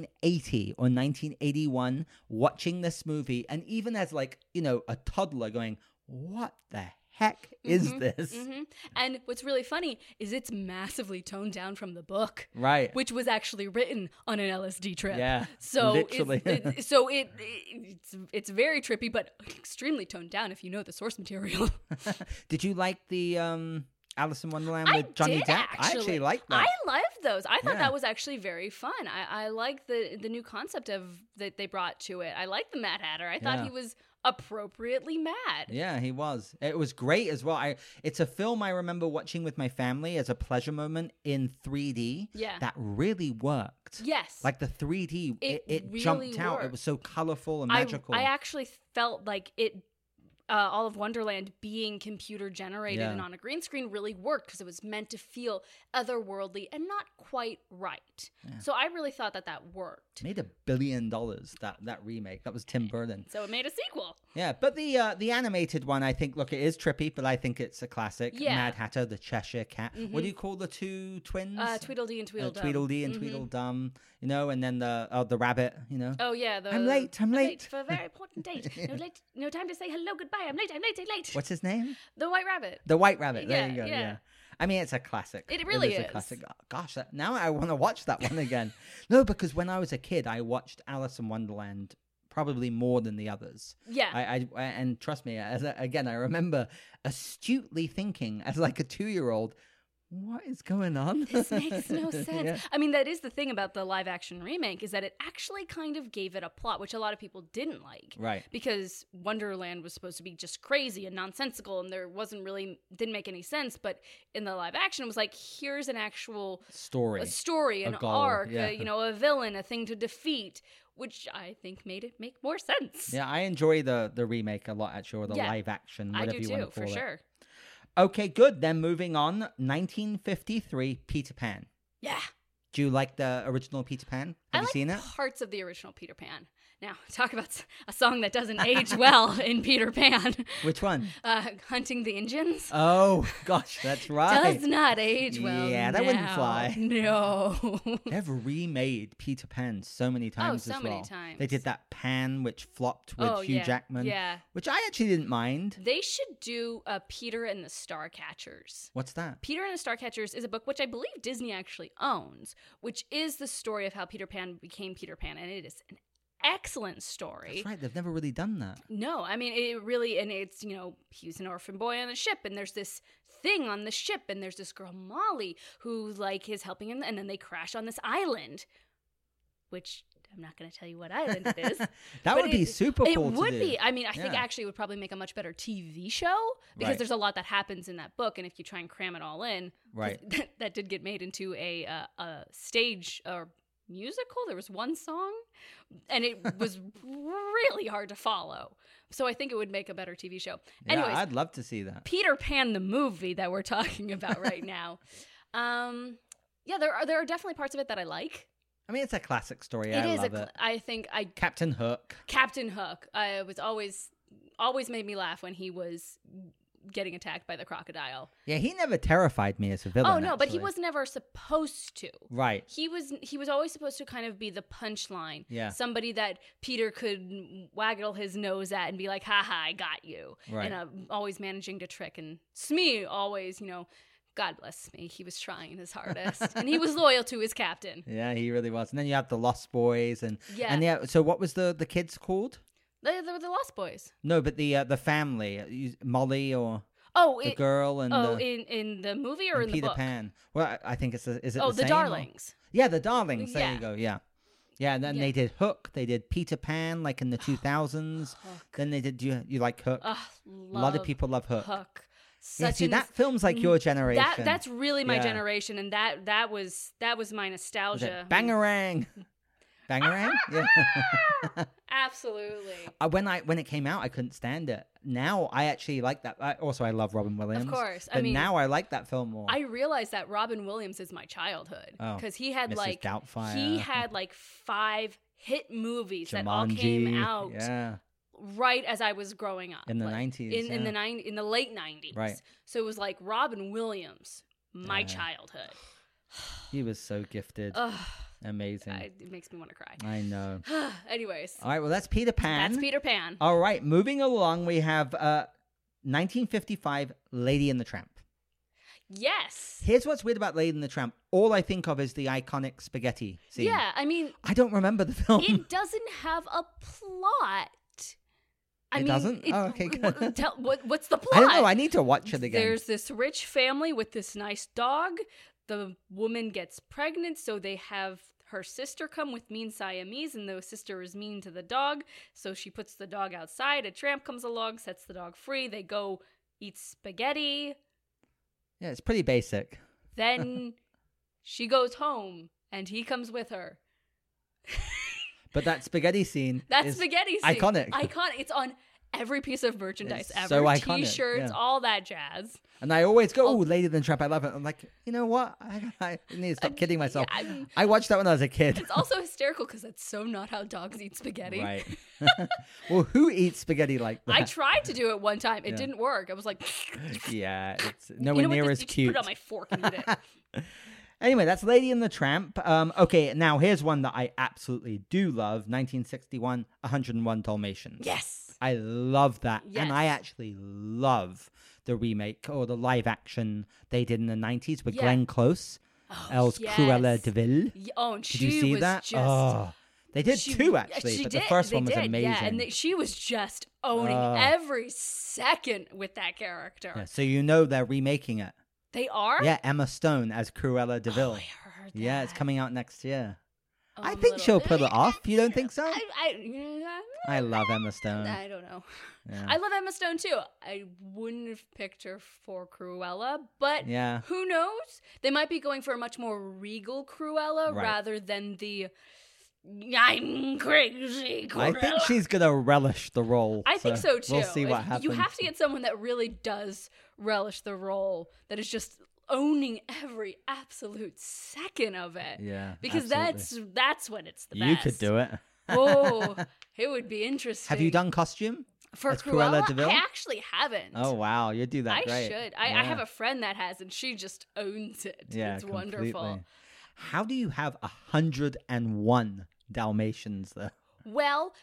B: 1980 or 1981 watching this movie, and even as like you know a toddler going, "What the heck is
C: Mhm,
B: this?"
C: hmm and what's really funny is it's massively toned down from the book
B: Right.
C: which was actually written on an lsd trip
B: yeah.
C: so it's-
B: literally. [laughs]
C: it- so it, it's it's very trippy but extremely toned down if you know the source material [laughs]
B: [laughs] Did you like the um Alice in Wonderland
C: I
B: with Johnny
C: did,
B: Depp? I actually
C: actually.
B: liked that.
C: I love those. I thought
B: Yeah.
C: that was actually very fun. I, I like the the new concept of that they brought to it. I like the Mad Hatter. I thought
B: Yeah.
C: he was appropriately mad.
B: Yeah, he was. It was great as well. I it's a film I remember watching with my family as a pleasure moment in 3D.
C: Yeah.
B: That really worked.
C: Yes.
B: Like the 3D, it,
C: It
B: it, jumped
C: really
B: out. It
C: worked.
B: was so colorful and
C: I,
B: magical.
C: I actually felt like it uh, all of Wonderland being computer generated
B: Yeah.
C: and on a green screen really worked because it was meant to feel otherworldly and not quite right.
B: Yeah.
C: So I really thought that that worked.
B: Made a billion dollars that that remake. That was Tim Burton.
C: So it made a sequel.
B: Yeah, but the uh, the animated one, I think. Look, it is trippy, but I think it's a classic.
C: Yeah. Mm-hmm.
B: Mad Hatter, the Cheshire Cat. What do you call the two twins?
C: Uh, Tweedledee and
B: uh,
C: Tweedledum.
B: Tweedledee and
C: Mhm.
B: Tweedledum, you know, and then the oh, the rabbit, you know.
C: Oh yeah, the,
B: I'm late, I'm late.
C: for a very
B: [laughs]
C: important date. No late, no time to say hello, goodbye. I'm late. I'm late. I'm late.
B: What's his name?
C: The White Rabbit.
B: The White Rabbit. there
C: Yeah,
B: you go. Yeah.
C: yeah.
B: I mean, it's a classic.
C: It really
B: a
C: is.
B: classic. Oh, Gosh, that, now I want to watch that one again. [laughs] no, because when I was a kid, I watched Alice in Wonderland probably more than the others.
C: Yeah.
B: I, I and trust me, as I, again, I remember astutely thinking as like a two-year-old, what is going on?
C: [laughs] this makes
B: [laughs]
C: no sense.
B: Yeah.
C: I mean, that is the thing about the live action remake is that it actually kind of gave it a plot, which a lot of people didn't like.
B: Right.
C: Because Wonderland was supposed to be just crazy and nonsensical, and there wasn't really didn't make any sense. But in the live action, it was like here's an actual
B: Story.
C: a story,
B: A
C: an
B: goal,
C: arc,
B: yeah.
C: a, you know, a villain, a thing to defeat, which I think made it make more sense.
B: Yeah, I enjoy the the remake a lot actually, or the
C: Yeah.
B: live action,
C: I
B: whatever
C: do
B: you want to
C: too,
B: call
C: for
B: it.
C: sure.
B: Okay, good. Then moving on, 1953, Peter Pan.
C: Yeah.
B: Do you like the original Peter Pan? Have
C: I
B: you
C: like [gasps]
B: seen it?
C: parts of the original Peter Pan. Now, [laughs] talk about s- a song that doesn't age
B: [laughs]
C: well in Peter Pan. [laughs]
B: Which one?
C: Uh, Hunting the Indians
B: Oh gosh,
C: [laughs]
B: that's right.
C: does not age well.
B: Uh, Yeah, that wouldn't
C: now.
B: fly. [laughs]
C: [laughs] No.
B: They've remade Peter Pan so many times
C: Oh, so
B: as
C: many
B: well. They
C: times.
B: did that Pan, which flopped with
C: oh,
B: Hugh
C: yeah.
B: Jackman,
C: Yeah.
B: which I actually didn't mind.
C: They should do uh, Peter and the Starcatchers.
B: What's that?
C: Peter and the Starcatchers is a book which I believe Disney actually owns, which is the story of how Peter Pan became Peter Pan, and it is an excellent story.
B: That's right. They've never really done that.
C: No, I mean it really, and it's you know he's an orphan boy on a ship, and there's this thing on the ship, and there's this girl Molly who like is helping him, and then they crash on this island, which I'm not going to tell you what island
B: [laughs]
C: it is.
B: that
C: but
B: would be
C: it-
B: super
C: it
B: cool. to
C: would
B: do.
C: be. I mean, I think
B: Yeah.
C: actually it would probably make a much better TV show because
B: Right.
C: there's a lot that happens in that book, and if you [laughs] try and cram it all in, 'cause
B: Right.
C: That, that did get made into a uh, a stage or musical. There was one song,
B: [laughs]
C: and it was really hard to follow. So I think it would make a better TV show.
B: Yeah,
C: Anyways,
B: I'd love to see that.
C: Peter Pan the movie that we're talking
B: [laughs]
C: about right now. Um, yeah, there are there are definitely parts of it that I like.
B: I mean, it's a classic story. I
C: it is.
B: love
C: a cl-
B: it.
C: I think I
B: Captain Hook.
C: Captain Hook. I was always always made me laugh when he was getting attacked by the crocodile.
B: Yeah, he never terrified me as a villain.
C: oh no, but he
B: actually.
C: was never supposed to.
B: right.
C: He was he was always supposed to kind of be the punchline.
B: Yeah.
C: Somebody that Peter could waggle his nose at and be like, "Ha ha, I got you."
B: Right.
C: And uh, always managing to trick and Smee always, you know, God bless me. He was trying
B: [laughs]
C: his hardest and he was loyal to his captain.
B: Yeah, he really was. And then you have the Lost Boys and
C: Yeah.
B: and yeah. So what was the the kids called?
C: They, they were the Lost Boys.
B: No, but the uh, the family, uh, you- Molly or
C: Oh,
B: the
C: it,
B: girl and
C: oh,
B: the,
C: in in the movie or
B: and
C: in the
B: Peter
C: book?
B: Pan. Well, I- I think it's a, is it
C: oh,
B: the,
C: the,
B: same, or-
C: Darlings.
B: Yeah, the Darlings. There
C: Yeah.
B: you go. Yeah, yeah. And then
C: Yeah.
B: they did Hook. They did Peter Pan, like in
C: [gasps]
B: the two thousands.
C: Hook.
B: then they did you you like Hook?
C: Ugh,
B: a lot of
C: love
B: people love Hook.
C: Hook. Such
B: yeah, see
C: an Mm,
B: that film's like your generation.
C: That that's really my
B: Yeah.
C: generation, and that that was that was my
B: was
C: nostalgia.
B: it
C: [laughs]
B: Bangarang. Bangarang. yeah. [laughs]
C: Absolutely.
B: Uh, when I when it came out, I couldn't stand it. Now I actually like that. I, also, I love Robin Williams.
C: Of course.
B: but
C: I mean,
B: now I like that film more.
C: I realized that Robin Williams is my childhood
B: Oh,
C: because he had
B: Mrs.
C: like
B: Doubtfire.
C: he had like five hit movies that all came
B: Jumanji,
C: out
B: Yeah,
C: right as I was growing up
B: In the
C: like,
B: 90s,
C: in, in
B: yeah.
C: the nine in the late nineties.
B: Right.
C: So it was like Robin Williams, my
B: Yeah.
C: childhood.
B: he was so gifted,
C: Ugh,
B: amazing.
C: I,
B: I,
C: it makes me want to cry. [sighs]
B: know.
C: Anyways,
B: All right, well that's Peter Pan.
C: that's Peter Pan.
B: All right, moving along, we have uh, 1955, Lady and the Tramp.
C: yes.
B: Here's what's weird about Lady and the Tramp. All I think of is the iconic spaghetti scene.
C: Yeah. I mean,
B: I don't remember the [laughs] film.
C: it doesn't have a plot. I
B: It
C: mean,
B: doesn't?
C: it-
B: Oh, okay,
C: w-
B: good.
C: tell, what, what's the
B: [laughs]
C: plot?
B: I don't know. I need to watch it again.
C: There's this rich family with this nice dog. The woman gets pregnant, so they have her sister come with mean Siamese, and the sister is mean to the dog, so she puts the dog outside. A tramp comes along, sets the dog free. They go eat spaghetti.
B: yeah, it's pretty basic. [laughs]
C: Then she goes home, and he comes with her.
B: But that spaghetti scene.
C: That
B: is-
C: spaghetti scene.
B: iconic.
C: Iconic. It's on every piece of merchandise
B: It's
C: ever.
B: so iconic,
C: T-shirts,
B: yeah.
C: all that jazz.
B: And I always go,
C: Oh.
B: oh, Lady in the Tramp, I love it. I'm like, you know what? [laughs] I, I need to stop kidding myself.
C: yeah, I'm-
B: I watched that when I was a kid.
C: It's also [laughs] hysterical because that's so not how dogs eat spaghetti.
B: Right.
C: [laughs]
B: [laughs] well, who eats spaghetti like [laughs] that?
C: I tried to do it one time. It
B: Yeah.
C: didn't work. I
B: [laughs]
C: was like,
B: yeah, it's
C: you
B: nowhere
C: know what?
B: near
C: This-
B: as
C: you just
B: cute.
C: Put it on my fork and eat
B: [laughs]
C: it.
B: Anyway, that's Lady and the Tramp. Um, okay, now here's one that I absolutely do love 1961 101 Dalmatians.
C: yes.
B: I love that.
C: Yes.
B: And I actually love the remake or the live action they did in the 90s with
C: Yeah.
B: Glenn Close,
C: Oh,
B: Els Cruella
C: yes.
B: de Vil.
C: Y- Oh, and
B: Did
C: she
B: you see
C: was
B: that?
C: just.
B: oh, they did
C: she-
B: two
C: yeah,
B: actually,
C: she
B: but the
C: did,
B: first
C: they
B: one was
C: did,
B: amazing.
C: Yeah, and they- she was just owning
B: Oh.
C: every second with that character.
B: Yeah, so you know they're remaking it.
C: They are.
B: Yeah, Emma Stone as Cruella
C: Oh,
B: Deville.
C: I heard
B: yeah, it's
C: that.
B: coming out next year.
C: Oh,
B: I
C: I'm a
B: think
C: little-
B: she'll pull it off. You don't think so?
C: I,
B: I,
C: I, yeah,
B: love Emma Stone.
C: I don't know.
B: yeah.
C: I love Emma Stone too. I wouldn't have picked her for Cruella, but
B: Yeah.
C: who knows? They might be going for a much more regal Cruella
B: Right.
C: rather than the I'm crazy Cruella.
B: I think she's gonna relish the role.
C: I think so too.
B: We'll see
C: If-
B: what happens.
C: You have to get someone that really does relish the role, that is just owning every absolute second of it.
B: Yeah,
C: Because
B: absolutely.
C: that's that's when it's the
B: you
C: best.
B: could do it. [laughs]
C: oh, it would be interesting.
B: Have you done costume?
C: for
B: as Cruella
C: Cruella?
B: de Vil?
C: I actually haven't.
B: Oh wow, you do that.
C: I
B: great.
C: should. I, I have
B: Yeah.
C: a friend that has, and she just owns it.
B: Yeah,
C: it's
B: completely.
C: wonderful.
B: How do you have a hundred and one Dalmatians though?
C: Well,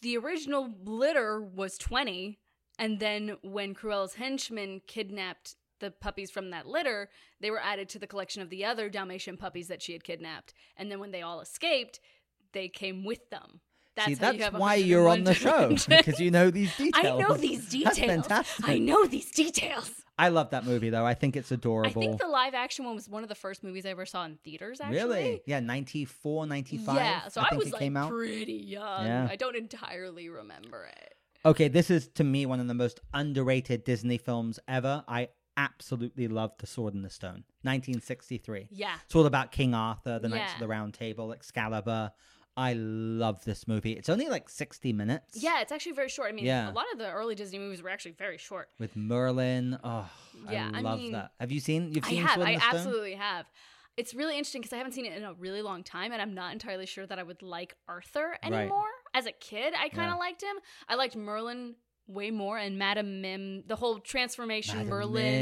C: the original litter was twenty, and then when Cruella's henchmen kidnapped the puppies from that litter, they were added to the collection of the other Dalmatian puppies that she had kidnapped. And then when they all escaped, they came with them. That's
B: See,
C: how
B: that's
C: you have
B: why you're on the
C: [laughs]
B: show
C: 101
B: because you know these
C: [laughs] I
B: details.
C: know these
B: [laughs]
C: details.
B: That's fantastic.
C: I know these details.
B: I love that movie though. I think it's adorable.
C: I think the live action one was one of the first movies I ever saw in theaters. Actually,
B: really, yeah, 94, 95.
C: Yeah, so I,
B: think
C: was
B: it
C: like
B: came out.
C: pretty young.
B: Yeah.
C: I don't entirely remember it.
B: okay, this is to me one of the most underrated Disney films ever. I absolutely loved The Sword and the Stone, 1963.
C: Yeah.
B: It's all about King Arthur, the Knights
C: Yeah.
B: of the Round Table, Excalibur. I love this movie. It's only like 60 minutes.
C: Yeah, it's actually very short. I mean,
B: Yeah.
C: a lot of the early Disney movies were actually very short.
B: With Merlin. Oh,
C: Yeah,
B: I
C: I
B: love
C: mean-
B: that. Have you seen? You've
C: I
B: seen
C: have.
B: Sword
C: I
B: and the Stone?
C: absolutely have. It's really interesting because I haven't seen it in a really long time, and I'm not entirely sure that I would like Arthur
B: Right.
C: anymore. As a kid, I kind of
B: Yeah.
C: liked him. I liked Merlin way more, and Madame Mim, the whole transformation
B: Madam
C: Merlin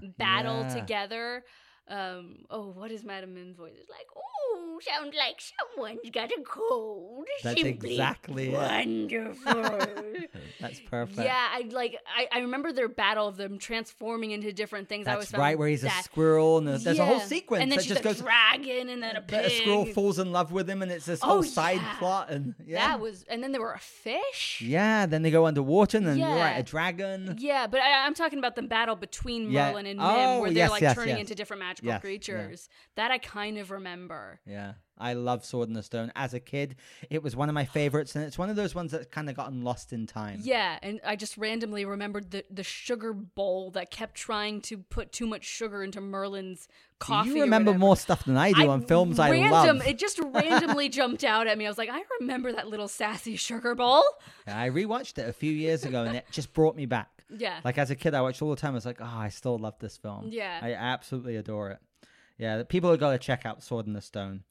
B: Mim.
C: battle
B: Yeah.
C: together. Um, oh, what is Madame Mim's voice? It's like, oh, sounds like someone's got a cold.
B: That's
C: Simply
B: exactly it.
C: wonderful.
B: [laughs]
C: [laughs]
B: That's perfect.
C: Yeah, I like I, I remember their battle of them transforming into different things. I always
B: That's
C: found
B: right, where he's a
C: that-
B: squirrel, and there's there's a whole
C: Yeah.
B: sequence
C: And then
B: that
C: she's
B: just
C: a
B: goes.
C: dragon, and then a
B: that
C: pig.
B: a squirrel falls in love with him, and it's this whole
C: Oh,
B: side
C: yeah.
B: plot, and yeah,
C: That was, and then there were a fish.
B: yeah. Then they go underwater, and then you're right,
C: Yeah.
B: a dragon.
C: Yeah, but I, I'm talking about the battle between
B: Yeah.
C: Merlin and Mim,
B: Oh,
C: where they're
B: yes,
C: like
B: yes,
C: turning
B: yes.
C: into different magical
B: Yes, yeah.
C: creatures. That I kind of remember.
B: Yeah, I love Sword and the Stone. As a kid, it was one of my favorites, and it's one of those ones that's kind of gotten lost in time.
C: Yeah, and I just randomly remembered the, the sugar bowl that kept trying to put too much sugar into Merlin's coffee.
B: you
C: or
B: remember
C: whatever.
B: more stuff than I do on films I
C: random,
B: love.
C: It
B: [laughs]
C: just randomly jumped out at me. I was like, I remember that little sassy sugar bowl.
B: I rewatched it a few years ago, and it just brought me back.
C: Yeah.
B: Like as a kid, I watched all the time. I was like, oh, I still love this film.
C: Yeah.
B: I absolutely adore it. Yeah, the people have got to check out Sword in the Stone.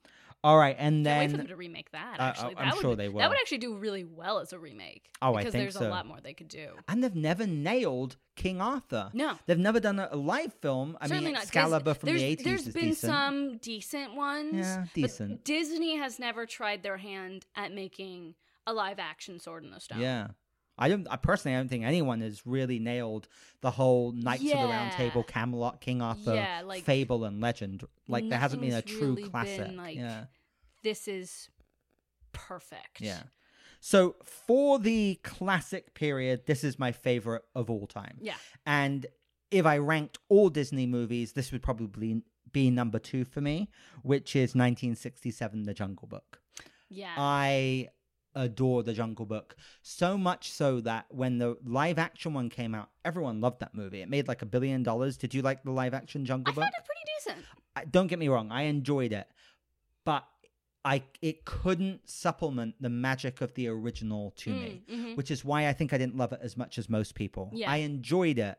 B: All right, and
C: Can't wait for them
B: then
C: to remake that.
B: I- I- I'm
C: Actually, that
B: sure
C: would,
B: they
C: That
B: will.
C: would actually do really well as a remake.
B: Oh, I
C: because
B: think
C: there's
B: so.
C: a lot more they could do.
B: and they've never nailed King Arthur.
C: No.
B: they've never done a a live film. I
C: Certainly
B: mean,
C: not.
B: Excalibur
C: Dis-
B: from
C: there's,
B: the eighties
C: There's
B: is
C: been
B: decent.
C: some decent ones.
B: Yeah,
C: but
B: decent.
C: Disney has never tried their hand at making a live action Sword in the Stone.
B: Yeah. I don't. I personally, I don't think anyone has really nailed the whole Knights of the Round
C: Yeah.
B: Table, Camelot, King Arthur,
C: Yeah, like,
B: fable, and legend. Like there hasn't been a
C: nothing's
B: true
C: really been,
B: classic.
C: like,
B: yeah,
C: This is perfect.
B: yeah. So for the classic period, this is my favorite of all time.
C: Yeah.
B: And if I ranked all Disney movies, this would probably be number two for me, which is 1967, The Jungle Book. Um,
C: Yeah.
B: I adore The Jungle Book so much so that when the live action one came out, everyone loved that movie. It made like a billion dollars. Did you like the live action
C: I
B: Jungle
C: found
B: Book?
C: it pretty decent.
B: I, don't get me wrong, I enjoyed it, but I it couldn't supplement the magic of the original to me,
C: Mm, mhm.
B: which is why I think I didn't love it as much as most people.
C: Yeah.
B: I enjoyed it,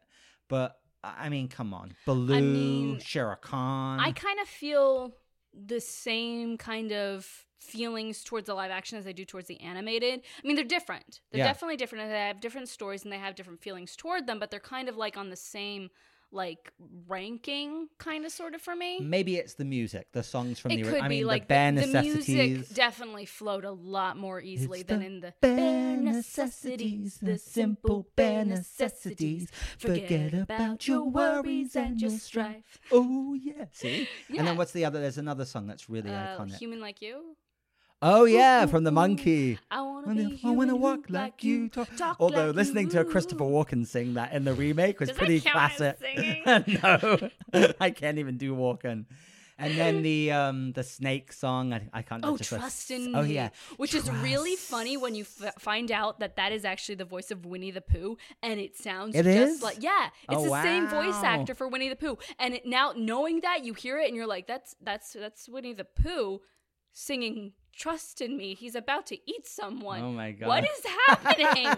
B: but I I mean, come on, Baloo,
C: mean,
B: Shere Khan.
C: I kind of feel the same kind of feelings towards the live action as I do towards the animated. I mean, they're different. They're
B: Yeah.
C: definitely different. and They have different stories and they have different feelings toward them, but they're kind of like on the same like ranking kind of sort of for me.
B: Maybe it's the music, the songs from
C: it
B: the. ori-
C: could
B: I mean,
C: be like
B: the bare
C: the, the
B: necessities.
C: music definitely flowed a lot more easily
B: It's
C: than
B: the
C: in the
B: bare necessities, the simple bare necessities. Forget about your worries and your strife. Oh yeah, see. And
C: [laughs] Yeah.
B: then what's the other? There's another song that's really
C: Uh,
B: iconic.
C: human like you.
B: oh yeah,
C: ooh,
B: from the
C: ooh.
B: monkey.
C: I want to
B: Wanna-
C: be
B: I
C: human
B: want to
C: who
B: walk like you. Talk.
C: talk
B: Although
C: like
B: listening to
C: you.
B: Christopher Walken sing that in the remake was
C: Does that
B: pretty
C: count as
B: classic. [laughs] no, I can't even do Walken. And then the um the snake song. I, I can't.
C: Oh,
B: that's just a-
C: trust in
B: Oh
C: me.
B: yeah,
C: Which is really
B: Trust.
C: funny when you f- find out that that is actually the voice of Winnie the Pooh, and it sounds
B: It
C: just
B: is?
C: like yeah, it's
B: Oh,
C: the same voice
B: wow.
C: actor for Winnie the Pooh. And it, now knowing that, you hear it and you're like, that's that's that's Winnie the Pooh singing "Trust in Me." He's about to eat someone.
B: Oh my god.
C: What is
B: [laughs]
C: happening?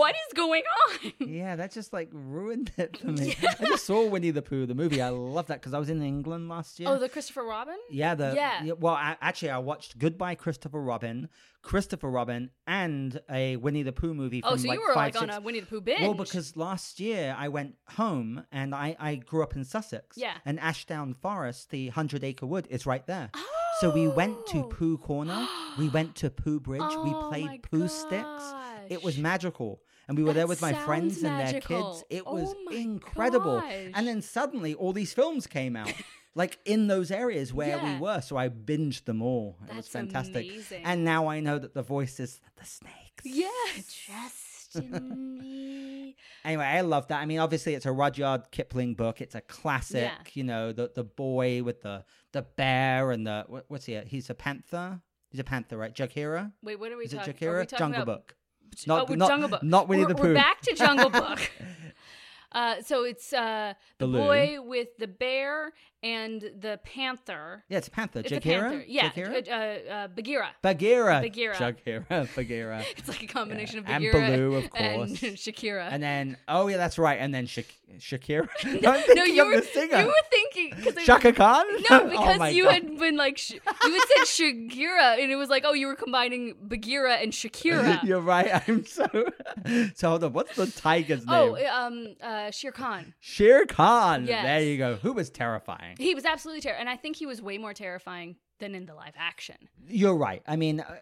C: what is going on?
B: Yeah, that just like ruined it for
C: [laughs]
B: me. I just saw Winnie the Pooh the movie. I love that because I was in England last year.
C: Oh, the Christopher Robin.
B: yeah, the
C: yeah.
B: Well, I, actually, I watched Goodbye Christopher Robin, Christopher Robin, and a Winnie the Pooh movie. From
C: Oh, so
B: like
C: you were
B: five,
C: like on
B: six-
C: a Winnie the Pooh binge.
B: Well, because last year I went home and I I grew up in Sussex.
C: Yeah.
B: And Ashdown Forest, the Hundred Acre Wood, is right there. So we went to
C: Oh.
B: Pooh Corner, we went to Pooh Bridge,
C: Oh
B: we
C: my
B: played Pooh Sticks. It was
C: gosh.
B: magical. And we were there
C: That
B: with my friends
C: sounds
B: and their kids.
C: magical.
B: It
C: Oh
B: was
C: my
B: incredible.
C: gosh.
B: And then suddenly all these films came
C: [laughs]
B: out, like in those areas where we
C: Yeah.
B: were. So I binged them all. It was
C: That's
B: fantastic.
C: amazing.
B: And now I know that the voice is the snakes.
C: Yeah, trust in me.
B: Anyway, I love that. I mean, obviously it's a Rudyard Kipling book. It's a classic,
C: Yeah.
B: you know, the the boy with the the bear and the what, what's he? He's a panther. He's a panther, right? Jaghira?
C: [laughs] Wait, what are we
B: Is it
C: talking
B: Jaghira?
C: about?
B: Jungle Book.
C: Not, oh, with Jungle Book.
B: Not Winnie
C: we're,
B: [laughs] the Pooh.
C: We're back to Jungle Book. Uh, so it's uh, the
B: Baloo.
C: boy with the bear and the panther.
B: Yeah, it's Panther.
C: It's a panther.
B: Jagira?
C: Yeah,
B: Bagheera?
C: uh, uh, Bagheera.
B: Bagheera.
C: [laughs] Bagheera.
B: Jagira.
C: [laughs]
B: Bagheera.
C: It's like a combination
B: Yeah,
C: of
B: and
C: Bagheera
B: Baloo, of
C: and
B: course.
C: [laughs] Shakira.
B: And then, oh yeah, that's right. And then Shak- Shakira. [laughs]
C: No,
B: I'm thinking
C: no, you
B: of
C: were
B: the singer.
C: you were thinking because [laughs]
B: Shaka Khan?
C: No,
B: [laughs] Oh
C: because
B: my
C: you
B: God.
C: had been like sh- you had said Shakira, and it was like, oh, you were combining Bagheera and
B: [laughs]
C: Shakira.
B: You're right. I'm so. [laughs] So hold on. What's the tiger's
C: Oh,
B: name?
C: um, uh, Shere Khan.
B: Shere Khan.
C: Yes.
B: There you go. Who was terrifying?
C: He was absolutely terrifying, and I think he was way more terrifying than in the live action.
B: You're right. I mean, uh,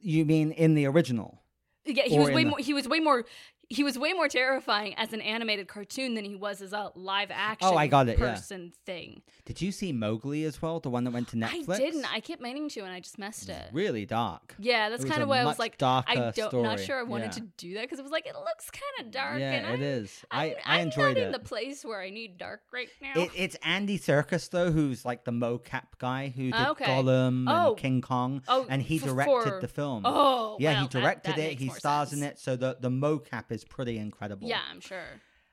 B: you mean in the original?
C: Yeah, he
B: Or
C: was
B: in
C: way
B: the-
C: more. He was way more. He was way more terrifying as an animated cartoon than he was as a live action.
B: Oh, I got it, yeah.
C: Person thing.
B: Did you see Mowgli as well? The one that went to Netflix.
C: I didn't. I kept meaning to, and I just messed it.
B: really dark.
C: Yeah, that's
B: It was
C: kind
B: a
C: of why I
B: much
C: was like,
B: darker
C: I don't, not
B: story.
C: sure I wanted
B: Yeah.
C: to do that because it was like it looks kind of dark.
B: yeah,
C: and I'm,
B: it is.
C: I'm,
B: I
C: I'm
B: I enjoyed
C: not
B: it.
C: in the place where I need dark right now.
B: It, it's Andy Circus though, who's like the mocap guy who did
C: Okay.
B: Gollum
C: Oh.
B: and King Kong,
C: Oh,
B: and he
C: f-
B: directed
C: for-
B: the film.
C: oh,
B: yeah,
C: well,
B: he
C: that-
B: directed
C: that
B: it.
C: makes
B: He
C: more
B: stars in
C: sense.
B: it, so the the mocap is pretty incredible.
C: Yeah, I'm sure.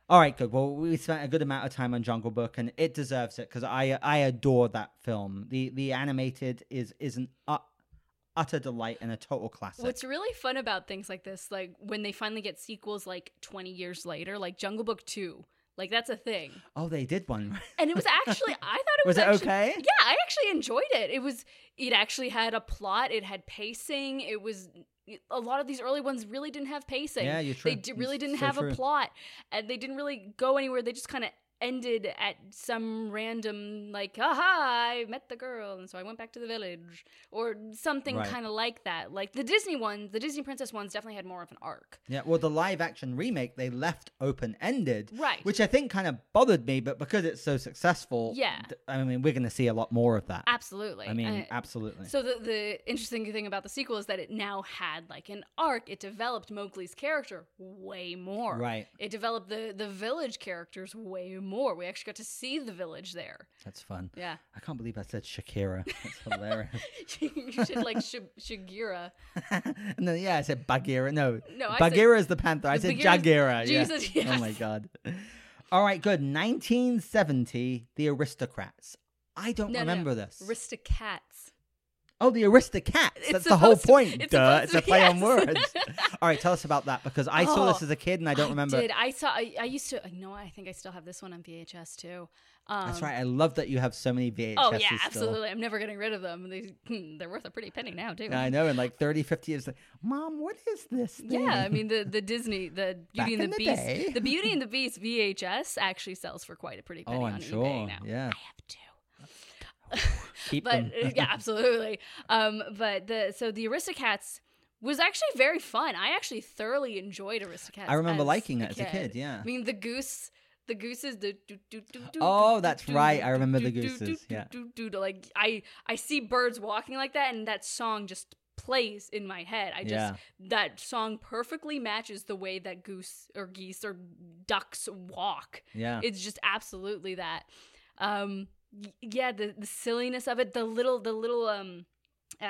B: All right, good. Well, we spent a good amount of time on Jungle Book, and it deserves it because I I adore that film. the The animated is is an ut, utter delight and a total classic.
C: What's really fun about things like this, like when they finally get sequels, like 20 years later, like Jungle Book Two, like that's a thing.
B: oh, they did one.
C: And [laughs] it was actually, I thought it was,
B: [laughs] Was it
C: actually,
B: okay?
C: Yeah, I actually enjoyed it. It was, it actually had a plot. It had pacing. It was a lot of these early ones really didn't have pacing.
B: Yeah, you're true.
C: They d- really
B: You're
C: didn't
B: so
C: have
B: true.
C: a plot, and they didn't really go anywhere. They just kind of ended at some random like, aha, I met the girl, and so I went back to the village, or something
B: Right.
C: kind of like that. Like the Disney ones, the Disney princess ones definitely had more of an arc.
B: Yeah, well, the live action remake they left open ended,
C: Right.
B: Which I think kind of bothered me, but because it's so successful,
C: Yeah.
B: th- I mean, we're going to see a lot more of that.
C: Absolutely.
B: I mean,
C: Uh,
B: absolutely.
C: So the the interesting thing about the sequel is that it now had like an arc. It developed Mowgli's character way more.
B: right,
C: It developed the the village characters way more. We actually got to see the village there.
B: that's fun.
C: Yeah,
B: I can't believe I said Shakira. That's hilarious. [laughs]
C: [laughs] you should like Sh- Shagira.
B: and then yeah, I said Bagheera. No,
C: No, [laughs] I said-
B: Bagheera is the panther. I
C: The
B: said Jagira.
C: Bagheera's-
B: Yeah.
C: Jesus,
B: [laughs] Oh
C: yes.
B: my god. All right, good. 1970, The Aristocrats. I don't
C: No, no, no.
B: remember this.
C: Aristocats.
B: Oh, the Aristocats.
C: It's
B: That's the whole
C: supposed to-
B: point.
C: it's
B: duh.
C: supposed
B: It's
C: to-
B: a play on
C: yes.
B: words.
C: [laughs]
B: All right, tell us about that because I saw this
C: Oh,
B: as a kid and I don't remember.
C: Did I saw? I, I used to. I know. I think I still have this one on VHS too. Um,
B: That's right. I love that you have so many VHSs.
C: Oh yeah,
B: still.
C: absolutely. I'm never getting rid of them. They, hmm, they're worth a pretty penny now too.
B: And I know. In like 30, 50 years, like, Mom, what is this? Thing?
C: Yeah, I mean the the
B: [laughs]
C: Disney, the
B: Back
C: Beauty and the,
B: in the
C: Beast,
B: day.
C: the Beauty and the Beast VHS actually sells for quite a pretty penny
B: [laughs] oh,
C: on
B: I'm
C: eBay
B: sure.
C: now.
B: Yeah,
C: I have two,
B: keep
C: [laughs]
B: them.
C: but uh, yeah, absolutely. Um, but the so the Aristocats was actually very fun. I actually thoroughly enjoyed Aristocats.
B: [laughs] I remember
C: as
B: liking it as a kid. Yeah.
C: I mean the goose. The gooses. The do, do, do, do,
B: Oh,
C: do,
B: that's
C: do,
B: right.
C: do,
B: I remember the
C: do, do,
B: gooses,
C: do,
B: yeah.
C: do, do, do. Like I, I see birds walking like that, and that song just plays in my head. I just
B: Yeah.
C: that song perfectly matches the way that goose or geese or ducks walk.
B: yeah.
C: It's just absolutely that. Um, y- yeah, the, the silliness of it, the little the little um, uh,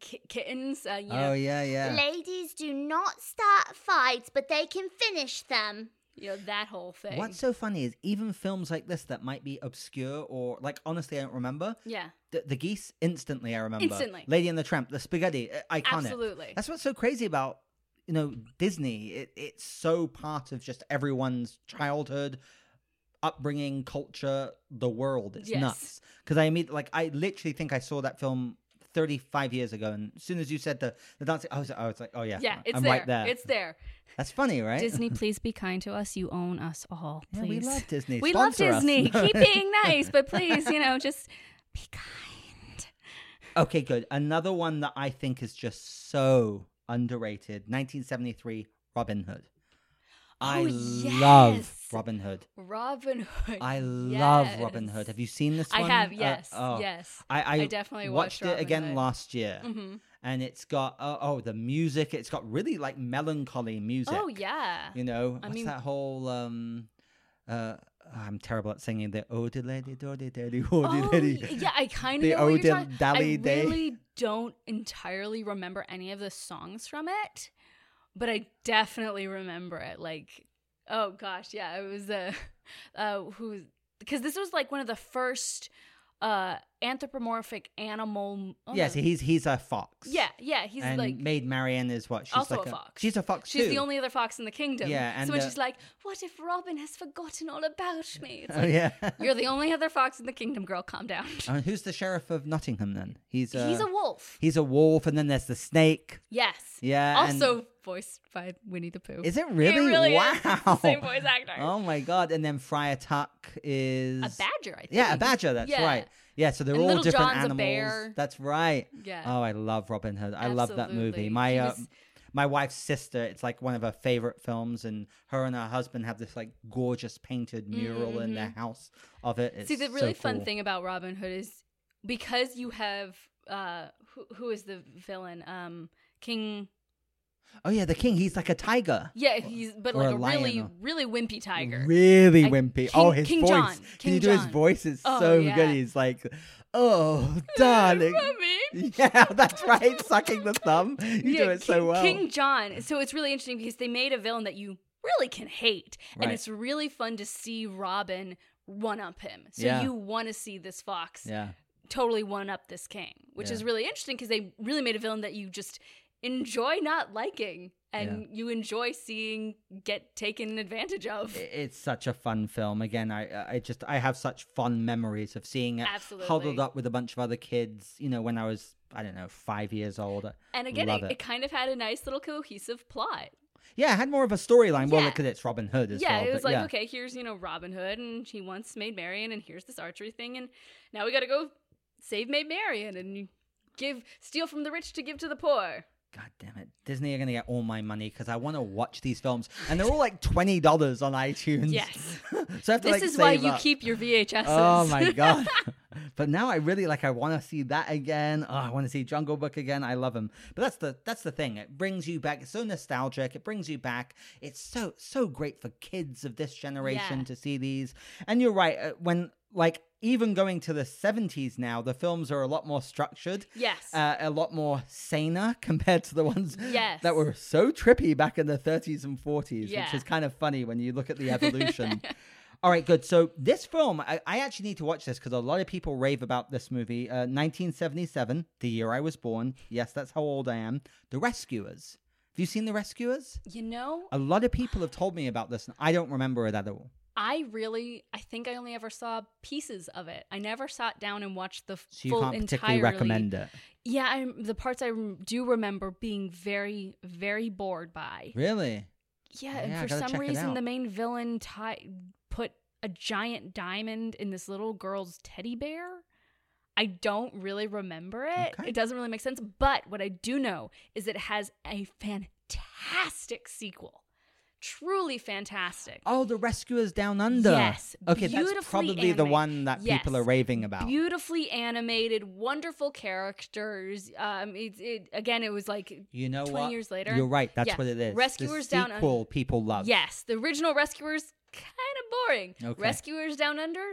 C: ki- kittens. Uh, you
B: Oh
C: know,
B: yeah, yeah.
D: Ladies do not start fights, but they can finish them.
C: you know that whole thing.
B: What's so funny is even films like this that might be obscure or like honestly I don't remember.
C: yeah,
B: The, the geese instantly I remember.
C: Instantly.
B: Lady and the Tramp, the spaghetti, uh, iconic.
C: absolutely.
B: That's what's so crazy about you know Disney. It, it's so part of just everyone's childhood, upbringing, culture, the world. It's
C: Yes.
B: nuts. Because I mean, like I literally think I saw that film. 35 years ago and as soon as you said the the dancing I was, I was like oh yeah
C: yeah, it's
B: I'm
C: there.
B: right there
C: It's there.
B: that's funny right
C: Disney, please be kind to us. You own us all,
B: Yeah,
C: please.
B: we love Disney
C: We love
B: Sponsor us. [laughs]
C: Disney. Keep being nice, but please, you know, just be kind.
B: Okay, good. Another one that I think is just so underrated 1973 Robin Hood. I
C: Oh,
B: love
C: yes.
B: Robin Hood.
C: Robin Hood.
B: I love
C: yes.
B: Robin Hood. Have you seen this
C: I
B: one?
C: have,
B: Uh,
C: yes,
B: oh.
C: yes.
B: I, I,
C: I definitely
B: watched,
C: watched
B: it
C: Robin
B: again
C: Hood.
B: last year.
C: hmm
B: And it's got, oh, oh, the music. It's got really like melancholy music.
C: Oh yeah.
B: You know,
C: I
B: what's
C: mean-
B: that whole, um, uh, I'm terrible at singing the Oh, de lady, do de daddy, oh, de
C: Oh,
B: lady.
C: y- yeah, I kind of
B: The
C: know what
B: Odell
C: you're talking.
B: Dally
C: I
B: Day.
C: really don't entirely remember any of the songs from it, but I definitely remember it. Like Oh gosh, yeah, it was uh, [laughs] uh who because this was like one of the first uh anthropomorphic animal. oh,
B: yes,
C: no.
B: he's he's a fox.
C: yeah, yeah, he's
B: and
C: like
B: Maid Marian is what she's
C: also
B: like
C: a fox.
B: She's a fox
C: she's
B: too. [laughs]
C: the only other fox in the kingdom.
B: Yeah, and,
C: so when
B: uh,
C: she's like, "What if Robin has forgotten all about
B: [laughs]
C: me?" It's
B: Oh
C: like,
B: yeah.
C: You're the only other fox in the kingdom, girl. Calm down.
B: and uh, who's the sheriff of Nottingham then? He's a
C: [laughs] He's a wolf.
B: he's a wolf, and then there's the snake.
C: Yes.
B: Yeah. and-
C: Also voiced by Winnie the Pooh.
B: is it really?
C: It really
B: wow.
C: is. [laughs] It's the same voice actor.
B: Oh my god! And then Friar Tuck is
C: a badger, I think.
B: Yeah, a badger. That's
C: Yeah.
B: right. Yeah, so they're
C: And
B: all
C: Little
B: different
C: John's a
B: animals.
C: bear.
B: That's right.
C: Yeah.
B: Oh, I love Robin Hood. I love that movie.
C: Absolutely.
B: My
C: He
B: uh,
C: was-
B: my wife's sister. It's like one of her favorite films, and her and her husband have this like gorgeous painted mural in their house of it. It's
C: Mm, mm-hmm. See, the really
B: so
C: fun
B: cool.
C: thing about Robin Hood is because you have uh, who, who is the villain? Um, King.
B: Oh yeah, the king. He's like a tiger.
C: Yeah, he's but
B: Or
C: like
B: a
C: a,
B: lion
C: really,
B: or-
C: really wimpy tiger.
B: Really
C: I-
B: wimpy.
C: King-
B: oh, his
C: King
B: voice.
C: John.
B: Can
C: King
B: you do his
C: John.
B: voice? It's
C: Oh,
B: so good.
C: yeah.
B: He's like, oh,
C: [laughs] Mommy.
B: darling. yeah, [laughs] that's right. Sucking the thumb. [laughs] You do
C: Yeah,
B: it so
C: King-
B: well.
C: King John. So it's really interesting because they made a villain that you really can hate,
B: Right.
C: and it's really fun to see Robin one up him. So
B: Yeah.
C: you want to see this fox
B: Yeah.
C: totally one up this king, which
B: Yeah.
C: is really interesting because they really made a villain that you just enjoy not liking and you enjoy seeing get taken advantage of.
B: I- it's such a fun film again i i just i have such fond memories of seeing it huddled
C: Absolutely.
B: up with a bunch of other kids you know when i was i don't know five years old
C: And again,
B: love
C: it,
B: it.
C: it. kind of had a nice little cohesive plot.
B: yeah it had more of a storyline well
C: Yeah.
B: because it's robin hood as
C: yeah,
B: well
C: it was
B: but
C: like,
B: yeah.
C: okay, here's, you know, Robin Hood and he once made Marion and here's this archery thing and now we got to go save Maid Marian and you give steal from the rich to give to the poor.
B: [laughs] god damn it disney are gonna get all my money because i want to watch these films and they're all like $20 on itunes
C: Yes.
B: [laughs] so i have to
C: this
B: like
C: is why
B: save
C: you
B: up.
C: keep your VHSs.
B: Oh my god! [laughs] but now I really like. I want to see that again. Oh, I want to see Jungle Book again. I love him. But that's the that's the thing. It brings you back. It's so nostalgic. It brings you back. It's so so great for kids of this generation
C: Yeah.
B: to see these. And you're right. uh, When like even going to the 70s now, the films are a lot more structured.
C: [laughs] Yes.
B: Uh, a lot more saner [laughs] compared to the ones
C: Yes.
B: that were so trippy back in the 30s and 40s, which
C: Yeah.
B: is kind of funny when you look at
C: [laughs]
B: the evolution. All right, good. So this film, I, I actually need to watch this because a lot of people rave about this movie. Uh, 1977, the year I was born. Yes, that's how old I am. The Rescuers. Have you seen The Rescuers?
C: you know,
B: A lot of people have told me about this, and I don't remember it at all.
C: I really, I think I only ever saw pieces of it. I never sat down and watched the f-
B: So you
C: full
B: can't particularly
C: entirely.
B: recommend it.
C: Yeah, I, the parts I rem- do remember being very, very bored by.
B: Really?
C: Yeah,
B: Yeah, I
C: and for
B: gotta check
C: some
B: it
C: reason,
B: out.
C: the main villain ti- put a giant diamond in this little girl's teddy bear. I don't really remember it.
B: Okay.
C: It doesn't really make sense. But what I do know is it has a fantastic sequel. Truly fantastic.
B: Oh, The Rescuers Down Under.
C: Yes,
B: Okay,
C: beautifully
B: that's probably the
C: animated.
B: one that
C: Yes.
B: people are raving about.
C: Beautifully animated, wonderful characters. Um, it, it again, it was like
B: you know
C: 20
B: what?
C: years later.
B: You're right. That's
C: Yeah.
B: what it is.
C: Rescuers
B: the
C: Down
B: sequel
C: Under.
B: people love.
C: yes, the original Rescuers kind of boring.
B: Okay.
C: Rescuers Down Under,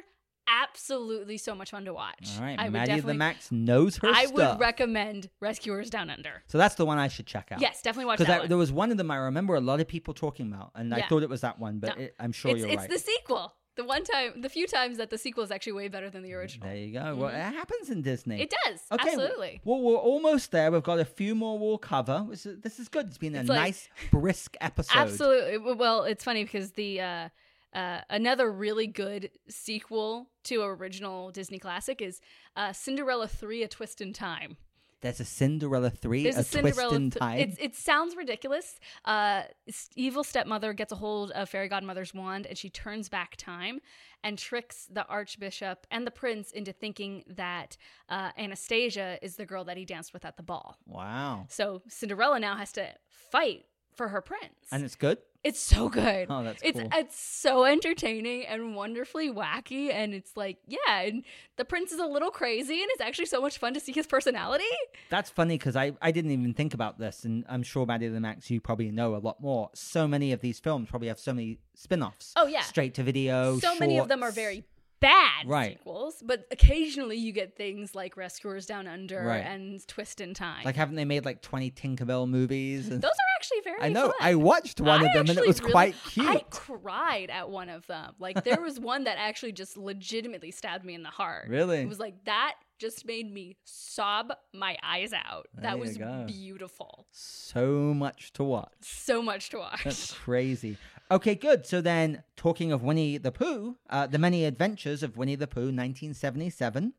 C: absolutely so much fun to watch.
B: All right,
C: I would
B: Maddie the
C: definitely,
B: Max knows her
C: I
B: stuff.
C: would recommend Rescuers Down Under.
B: so that's the one I should check out.
C: Yes, definitely watch
B: because
C: that.
B: I-
C: one.
B: there was one of them I remember a lot of people talking about, and I
C: Yeah.
B: thought it was that one, but
C: No.
B: it, I'm sure
C: it's
B: you're
C: it's
B: right.
C: the sequel. The one time, the few times that the sequel is actually way better than the original.
B: There you go. Well, it happens in Disney.
C: Mm-hmm. It does
B: Mm-hmm. Okay, w-
C: absolutely.
B: Well, we're almost there. We've got a few more we'll cover. This is, this is good. It's been a
C: It's like-
B: nice, brisk episode.
C: Absolutely. W- Well, it's funny because the uh, uh, another really good sequel to a original Disney classic is uh, Cinderella Three: A Twist in Time.
B: There's a Cinderella 3,
C: There's
B: a,
C: a Cinderella.
B: twist in
C: Th-
B: time.
C: it's, it sounds ridiculous. Uh, s- evil stepmother gets a hold of fairy godmother's wand and she turns back time and tricks the archbishop and the prince into thinking that uh, Anastasia is the girl that he danced with at the ball.
B: wow.
C: So Cinderella now has to fight for her prince.
B: And it's good?
C: It's so good.
B: Oh, that's
C: it's
B: cool.
C: it's so entertaining and wonderfully wacky, and it's like yeah, and the prince is a little crazy, and it's actually so much fun to see his personality.
B: That's funny because I, I didn't even think about this, and I'm sure Maddie the Max, you probably know a lot more. So many of these films probably have so many spin offs.
C: Oh, yeah.
B: Straight to video.
C: so many of them are
B: shorts.
C: very bad
B: Right.
C: sequels, but occasionally you get things like Rescuers Down Under
B: Right.
C: and Twist in Time.
B: Like, haven't they made like 20 Tinkerbell movies? And
C: Those are actually very
B: I know.
C: fun.
B: I watched one
C: I
B: of them and it
C: actually
B: was
C: really-
B: quite cute.
C: I cried at one of them. Like there was one that actually just legitimately stabbed me in the heart.
B: Really?
C: It was like that just made me sob my eyes out.
B: There
C: That
B: you
C: was
B: go.
C: beautiful.
B: so much to watch.
C: So much to watch.
B: That's crazy. Okay, good. So then, talking of Winnie the Pooh, uh, The Many Adventures of Winnie the Pooh, 1977.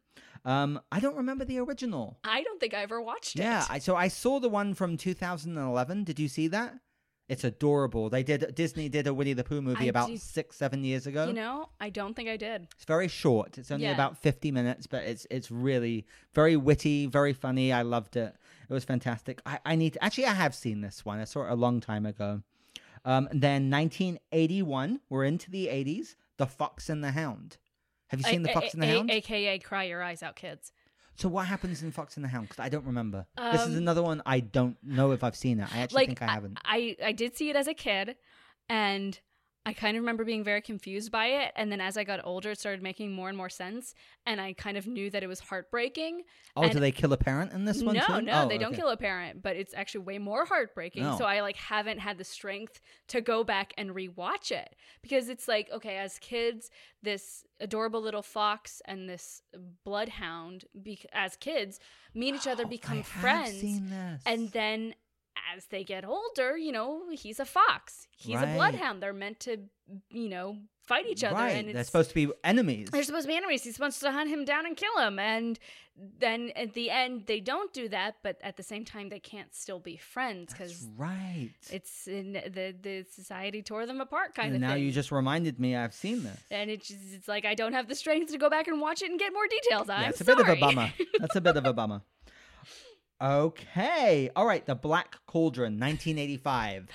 B: Um, I don't remember the original.
C: [laughs] I don't think I ever watched it.
B: Yeah, I, so I saw the one from 2011. Did you see that? It's adorable. They did Disney did a Winnie the Pooh movie
C: I
B: about
C: do-
B: six, seven years ago.
C: you know, I don't think I did.
B: It's very short. It's only
C: Yeah.
B: about 50 minutes, but it's it's really very witty, very funny. I loved it. It was fantastic. I, I need to, actually I have seen this one. I saw it a long time ago. Um, and then 1981, we're into the 80s. The Fox and the Hound. Have you seen The
C: A-
B: Fox
C: a-
B: and the
C: a-
B: Hound?
C: AKA Cry Your Eyes Out Kids.
B: so what happens in Fox and the Hound? 'Cause I don't remember. this is
C: Um,
B: another one I don't know if I've seen it. I actually
C: like
B: think I haven't.
C: I, I did see it as a kid and I kind of remember being very confused by it and then as I got older it started making more and more sense and I kind of knew that it was heartbreaking.
B: oh, do
C: and-
B: they kill a parent in this one?
C: no,
B: too?
C: no,
B: Oh,
C: they don't
B: okay.
C: kill a parent, but it's actually way more heartbreaking.
B: No.
C: So I like haven't had the strength to go back and rewatch it because it's like okay, as kids, this adorable little fox and this bloodhound bec as kids meet each other,
B: Oh,
C: become
B: I have
C: friends.
B: seen this.
C: And then as they get older, you know, he's a fox. He's
B: Right.
C: a bloodhound. They're meant to, you know, fight each other.
B: Right,
C: And
B: they're
C: it's,
B: supposed to be enemies.
C: they're supposed to be enemies. He's supposed to hunt him down and kill him. And then at the end, they don't do that. But at the same time, they can't still be friends
B: That's
C: because
B: right.
C: it's in the, the society tore them apart kind
B: and
C: of
B: now
C: thing.
B: you just reminded me I've seen this.
C: and it's just, it's like I don't have the strength to go back and watch it and get more details. I'm
B: yeah, it's a
C: sorry.
B: bit of a bummer.
C: [laughs]
B: That's a bit of a bummer. Okay. All right. The Black Cauldron, 1985.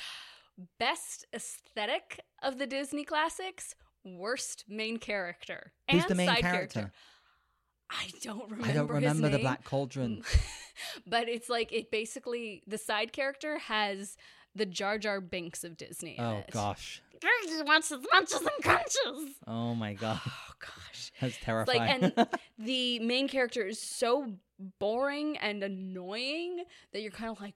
C: best aesthetic of the Disney classics, worst main character.
B: Who's
C: and
B: the main
C: side
B: character?
C: I don't remember.
B: I don't remember
C: his
B: the
C: name. Mm,
B: Black Cauldron.
C: [laughs] but it's like it basically the side character has the Jar Jar Binks of Disney. in
B: Oh
C: it.
B: gosh.
D: He wants as much as I'm conscious.
B: Oh my
C: [laughs]
B: god.
C: Oh gosh.
B: That's
C: It's like
B: terrifying.
C: and the main character is so boring and annoying that you're kind of like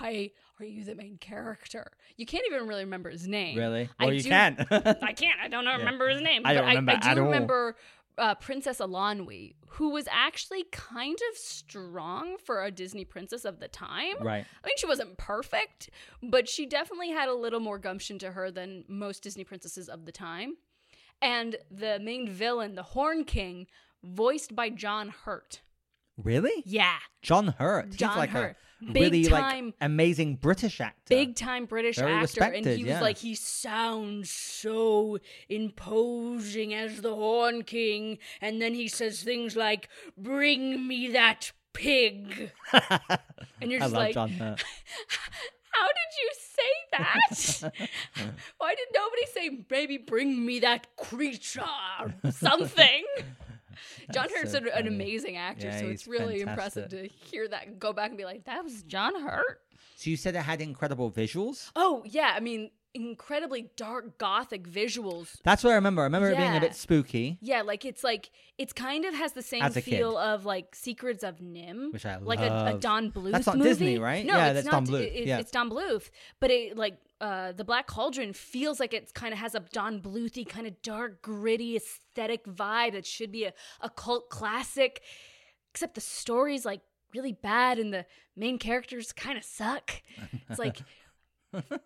C: why are you the main character? You can't even really remember his
B: [laughs]
C: name.
B: really?
C: I
B: Well, you
C: do-
B: can.
C: [laughs] I can't. I don't remember his name.
B: I don't
C: but
B: remember
C: I, do
B: at all.
C: remember uh, Princess Alanwi, who was actually kind of strong for a Disney princess of the time.
B: [laughs] right.
C: I mean, she wasn't perfect, but she definitely had a little more gumption to her than most Disney princesses of the time. And the main villain, the Horn King, voiced by John Hurt.
B: Really?
C: Yeah,
B: John Hurt.
C: John
B: He's like
C: Hurt.
B: a
C: Big
B: really like
C: time-
B: amazing British actor. [laughs]
C: big time British
B: Very
C: actor,
B: respected,
C: and he was
B: yeah.
C: like, he sounds so imposing as the Horn King, and then he says things like, "Bring me that pig," and you're
B: I love
C: just like,
B: John
C: [laughs]
B: Hurt.
C: "How did you say that?
B: [laughs]
C: Why did nobody say, maybe bring me that creature or
B: [laughs]
C: something?" John
B: That's
C: Hurt's
B: so
C: an, an
B: funny.
C: amazing actor,
B: Yeah,
C: so
B: he's
C: it's really impressive to
B: fantastic.
C: hear that and go back and be like, "That was John Hurt."
B: So you said it had incredible visuals?
C: Oh yeah, I mean incredibly dark gothic visuals.
B: That's what I remember. I remember it being a
C: Yeah.
B: bit spooky.
C: Yeah, like it's like it's kind of has the same
B: As a kid.
C: feel of like Secrets of Nim,
B: Which I
C: like a, a
B: love.
C: Don Bluth.
B: That's not
C: movie.
B: Disney, right?
C: No,
B: Yeah,
C: it's
B: that's
C: not,
B: Don Bluth,
C: it- it-
B: yeah.
C: it's Don Bluth, but it like uh, the Black Cauldron feels like it's kind of has a Don Bluthy kind of dark, gritty aesthetic vibe that should be a, a cult classic. Except the story's like really bad, and the main characters kind of suck.
B: [laughs]
C: It's like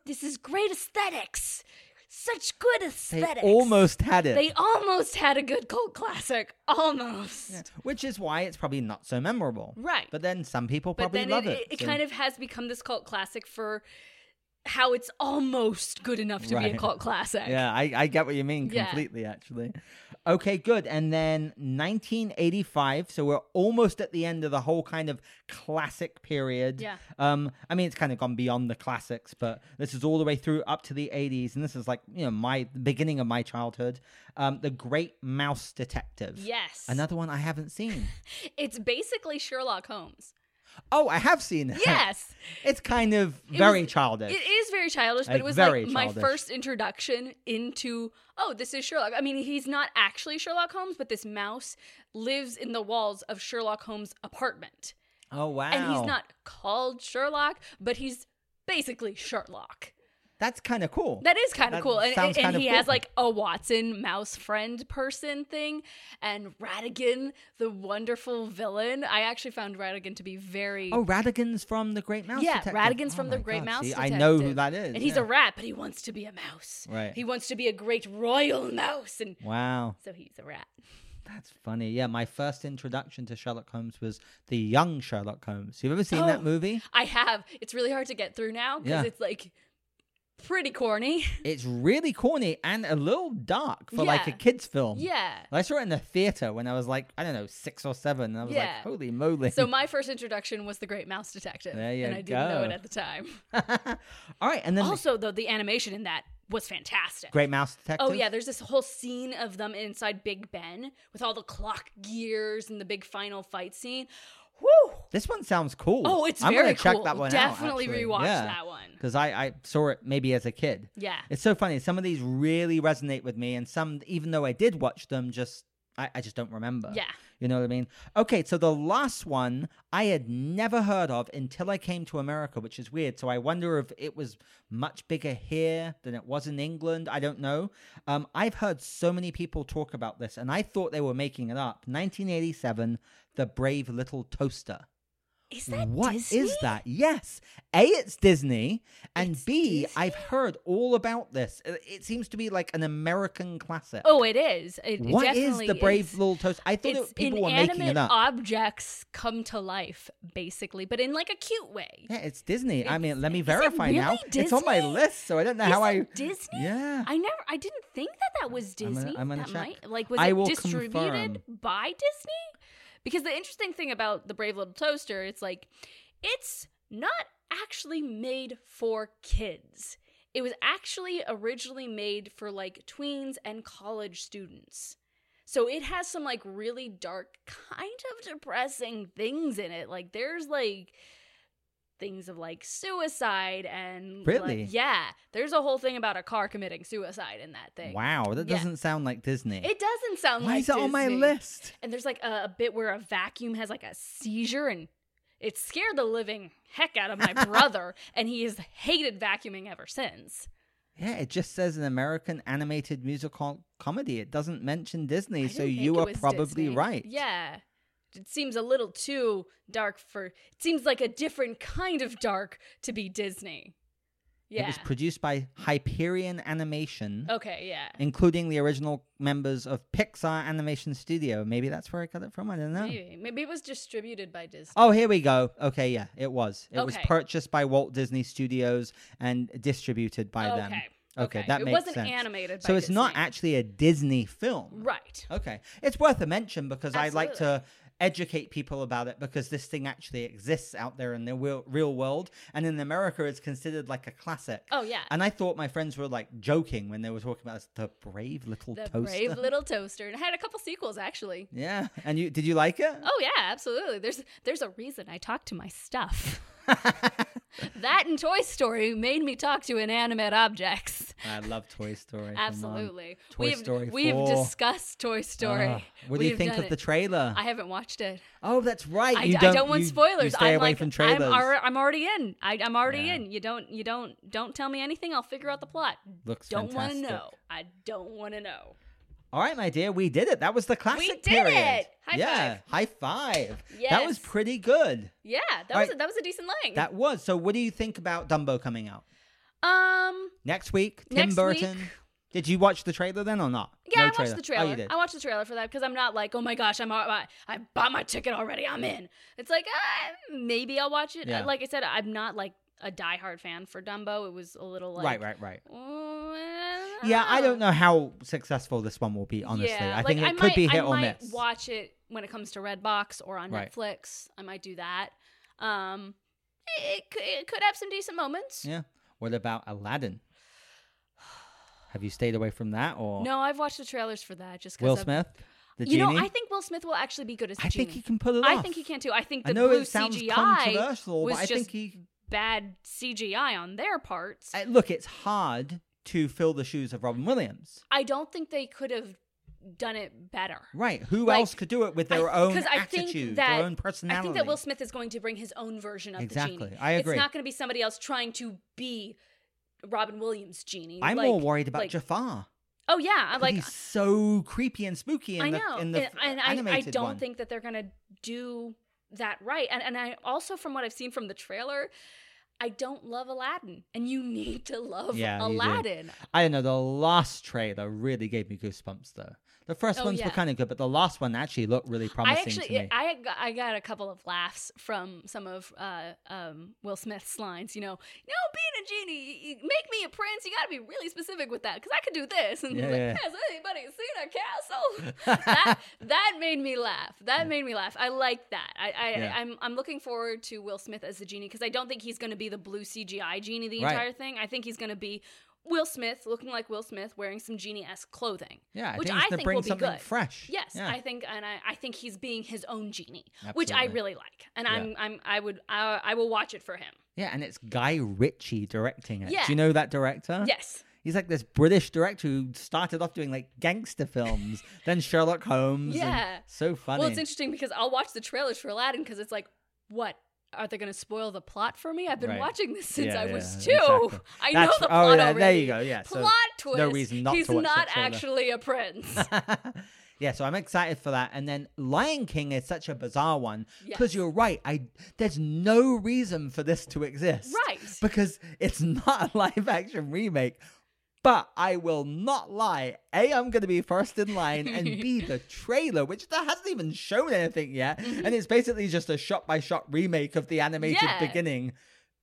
C: this is great aesthetics, such good
B: They
C: aesthetics.
B: almost had it.
C: They almost had a good cult classic. Almost.
B: which is why it's probably not so memorable.
C: Right.
B: But then some people
C: But
B: probably
C: then
B: love
C: it, it, it kind of has become this cult classic for how it's almost good enough to be
B: Right.
C: a cult classic.
B: [laughs] Yeah, I, I get what you mean
C: Yeah.
B: completely, actually. Okay, good. And then 1985, so we're almost at the end of the whole kind of classic period.
C: Yeah.
B: Um, I mean, it's kind of gone beyond the classics, but this is all the way through up to the 80s, and this is like you know my the beginning of my childhood. Um, the Great Mouse Detective.
C: Yes.
B: Another one I haven't seen. [laughs]
C: It's basically Sherlock Holmes.
B: Oh, I have seen that.
C: Yes.
B: [laughs] It's kind of
C: was-
B: very childish.
C: It is very childish, but
B: Like,
C: it was
B: very
C: like my
B: childish.
C: first introduction into oh, this is Sherlock. I mean, he's not actually Sherlock Holmes, but this mouse lives in the walls of Sherlock Holmes' apartment.
B: oh wow.
C: And he's not called Sherlock, but he's basically Sherlock.
B: That's kind of cool.
C: That is kind of
B: That
C: cool. And,
B: sounds
C: and, and
B: kinda
C: he
B: cool.
C: has like a Watson mouse friend person thing and Radigan, the wonderful villain. I actually found Radigan to be very
B: oh, Radigan's from the Great Mouse.
C: yeah,
B: Detective.
C: Radigan's
B: Oh
C: from the
B: my
C: Great
B: God,
C: Mouse.
B: see, I know who
C: Detective.
B: that is.
C: And he's
B: yeah.
C: a rat, but he wants to be a mouse.
B: Right.
C: He wants to be a great royal mouse, and
B: Wow,
C: so he's a rat.
B: that's funny. Yeah, my first introduction to Sherlock Holmes was the young Sherlock Holmes. You've ever seen
C: Oh.
B: that movie?
C: I have. It's really hard to get through now because
B: Yeah.
C: it's like pretty corny.
B: It's really corny and a little dark for like a
C: Yeah.
B: kids' film.
C: yeah.
B: I saw it in the theater when I was like, I don't know, six or seven, and I was
C: Yeah.
B: like, holy moly.
C: So my first introduction was the Great Mouse Detective,
B: There you
C: and I didn't know
B: go.
C: it at the time.
B: [laughs] All right, and then the
C: Also, though, the animation in that was fantastic.
B: Great Mouse Detective.
C: Oh yeah, there's this whole scene of them inside Big Ben with all the clock gears and the big final fight scene. Woo!
B: This one sounds cool.
C: Oh, it's
B: I'm
C: very
B: gonna check
C: cool.
B: that one
C: Definitely
B: out. actually.
C: rewatch
B: yeah.
C: that one.
B: because I, I saw it maybe as a kid.
C: Yeah.
B: It's so funny. Some of these really resonate with me, and some, even though I did watch them, just I, I just don't remember.
C: Yeah.
B: You know what I mean? Okay, so the last one I had never heard of until I came to America, which is weird. So I wonder if it was much bigger here than it was in England. I don't know. Um, I've heard so many people talk about this, and I thought they were making it up. 1987, The Brave Little Toaster.
C: Is
B: What
C: that
B: is
C: Disney?
B: that? Yes. A, it's Disney. And
C: It's
B: B,
C: Disney?
B: have heard all about this. It it seems to be like an American classic.
C: Oh, it is. It it
B: what is
C: definitely
B: the Brave
C: is.
B: Little Toaster? I thought
C: It's
B: it, people were making
C: inanimate
B: it up.
C: objects come to life, basically, but in like a cute way.
B: yeah, it's Disney. I mean, let me
C: it
B: verify
C: really
B: now. It's on my
C: Disney?
B: list, so I don't know [laughs] how
C: Is
B: I.
C: it Disney?
B: Yeah.
C: I never. I didn't think that that was
B: I'm
C: Disney.
B: gonna- I'm gonna
C: that
B: check.
C: might like was
B: I
C: it
B: will
C: distributed
B: confirm.
C: by Disney? Because the interesting thing about the Brave Little Toaster, it's like it's not actually made for kids. It was actually originally made for like tweens and college students. So it has some like really dark, kind of depressing things in it. Like there's like things of like suicide and like-
B: Really?
C: yeah, there's a whole thing about a car committing suicide in that thing.
B: Wow, that
C: Yeah.
B: doesn't sound like Disney.
C: It doesn't sound
B: Why
C: like
B: is it on my
C: Disney.
B: list?
C: And there's like a, a bit where a vacuum has like a seizure and it scared the living heck out
B: [laughs]
C: of my brother and he has hated vacuuming ever since.
B: Yeah, it just says an American animated musical comedy. It doesn't mention Disney,
C: I
B: so
C: didn't
B: you
C: think it
B: are
C: was
B: probably
C: Disney.
B: right.
C: Yeah. It seems a little too dark for. It seems like a different kind of dark to be Disney.
B: It
C: Yeah.
B: was produced by Hyperion Animation,
C: okay, yeah.
B: including the original members of Pixar Animation Studio. Maybe that's where I got it from. I don't know.
C: Maybe. Maybe it was distributed by Disney.
B: Oh, here we go. Okay, yeah, it was. It was
C: Okay.
B: purchased by Walt Disney Studios and distributed by them.
C: Okay,
B: Okay,
C: okay.
B: that
C: It
B: makes
C: wasn't
B: sense.
C: animated
B: so
C: by
B: it's not
C: Disney.
B: actually a Disney film.
C: Right.
B: Okay, it's worth a mention because I like
C: Absolutely.
B: to educate people about it because this thing actually exists out there in the real, real world, and in America, it's considered like a classic.
C: Oh, yeah.
B: And I thought my friends were like joking when they were talking about this, the brave little
C: The
B: toaster.
C: Brave Little Toaster. And it had a couple sequels, actually.
B: yeah, and you did you like
C: [laughs]
B: it?
C: Oh, yeah, absolutely. There's, there's a reason I talk to
B: [laughs]
C: my stuff. that and Toy Story made me talk to inanimate objects.
B: I love Toy Story. come on. Ah,
C: Absolutely.
B: Toy
C: we've,
B: Story
C: We've
B: 4.
C: discussed Toy Story.
B: Ah, what do you
C: We've
B: think
C: done
B: of the
C: it.
B: trailer?
C: I haven't watched it.
B: oh, that's right.
C: I,
B: you
C: d- I
B: don't,
C: don't, want
B: you- you
C: spoilers.
B: stay
C: I'm
B: away
C: like,
B: from
C: I'm,
B: trailers.
C: alre- I'm already in. I, I'm already
B: Yeah.
C: in. You don't, you don't, don't tell me anything. I'll figure out the plot.
B: Looks
C: don't want to
B: fantastic.
C: know. I don't want to know.
B: All right, my dear, we did it. That was the classic
C: did
B: period.
C: it. High
B: yeah, high five. That was
C: Yes.
B: pretty good.
C: Yeah, that
B: All
C: was
B: right.
C: a, that was a decent length.
B: That was. So, what do you think about Dumbo coming out
C: um,
B: next week? Tim
C: Next
B: Burton.
C: week.
B: Did you watch the trailer then or not?
C: yeah,
B: No
C: I watched the trailer.
B: Oh, you did.
C: I watched the trailer for that because I'm not like, oh my gosh, I'm al- I, I bought my ticket already. I'm in. It's like uh, maybe I'll watch it.
B: Yeah.
C: Like I said, I'm not like a diehard fan for Dumbo. It was a little like
B: right, right, right.
C: "Oh,
B: Yeah, I don't know how successful this one will be. Honestly,
C: uh, Yeah,
B: I
C: like,
B: think it
C: I
B: could
C: might,
B: be hit
C: I
B: or
C: might
B: miss.
C: Watch it when it comes to Redbox or on
B: Right.
C: Netflix. I might do that. Um, it, it, c- it could have some decent moments.
B: Yeah. What about Aladdin? [sighs] Have you stayed away from that or
C: No, I've watched the trailers for that just because
B: Will Smith? The
C: you
B: genie.
C: know, I think Will Smith will actually be good as the
B: I
C: genie.
B: think he can pull it
C: I
B: off.
C: think he can too. I think the
B: I know
C: blue
B: it sounds
C: CGI
B: controversial,
C: was
B: but I
C: just
B: think he.
C: bad CGI on their parts.
B: I- look, it's hard to fill the shoes of Robin Williams.
C: I don't think they could have done it better.
B: Right. Who
C: Like,
B: else could do it with their
C: I-
B: own
C: 'cause I think
B: attitude,
C: that-
B: their own personality?
C: I think that Will Smith is going to bring his own version of the
B: Exactly.
C: genie.
B: I agree.
C: It's not going to be somebody else trying to be Robin Williams' genie.
B: I'm
C: Like-
B: more worried about
C: like-
B: Jafar.
C: Oh yeah, I
B: 'cause
C: like
B: he's so creepy and spooky in
C: I
B: the
C: know,
B: in the
C: and,
B: f-
C: and I, I
B: animated
C: don't
B: one.
C: think that they're going to do that right. And and I also, from what I've seen from the trailer. I don't love Aladdin, and you need to love
B: Yeah, you do.
C: Aladdin.
B: I don't know. The last trailer really gave me goosebumps, though. The first
C: Oh,
B: ones were
C: yeah.
B: kind of good, but the last one actually looked really promising
C: I actually,
B: to me.
C: I got- I got a couple of laughs from some of uh, um, Will Smith's lines. You know, no, being a genie, y- y- make me a prince. You got to be really specific with that because I could do this. And he's
B: Yeah, yeah.
C: like, has anybody seen a
B: [laughs]
C: castle? that that made me laugh. That made me laugh. I like that. I, I
B: Yeah.
C: I'm I'm looking forward to Will Smith as the genie because I don't think he's going to be the blue CGI genie the
B: Right.
C: entire thing. I think he's going to be. Will Smith looking like Will Smith wearing some genie esque clothing.
B: yeah, I
C: which
B: think it's
C: I
B: to
C: think
B: bring
C: will be
B: something
C: good.
B: fresh.
C: Yes,
B: yeah.
C: I think, and I, I think he's being his own genie, which I
B: Absolutely.
C: really like, and I'm, I'm, I would, I, I will watch it for him.
B: yeah, and it's Guy Ritchie directing it.
C: Yeah.
B: Do you know that director?
C: Yes,
B: He's like this British director who started off doing like gangster films, [laughs] then Sherlock Holmes. and
C: Yeah.
B: so funny.
C: well, it's interesting because I'll watch the trailers for Aladdin because it's like, what are they going to spoil the plot for me? I've been
B: Right.
C: watching this since
B: Yeah,
C: I
B: yeah,
C: was two.
B: exactly.
C: I know
B: That's-
C: the
B: oh,
C: plot
B: yeah,
C: already.
B: there you go, yeah, so
C: plot twist.
B: no reason not to
C: He's
B: watch that
C: not
B: trailer.
C: actually a prince.
B: [laughs] yeah, so I'm excited for that. And then Lion King is such a bizarre one because
C: Yes.
B: you're right. I there's no reason for this to exist,
C: Right.
B: Because it's not a live action remake. But I will not lie. A, I'm going to be first in line, and
C: [laughs]
B: B, the trailer, which that hasn't even shown anything yet, and it's basically just a shot by shot remake of the animated
C: Mm-hmm. Yeah.
B: beginning,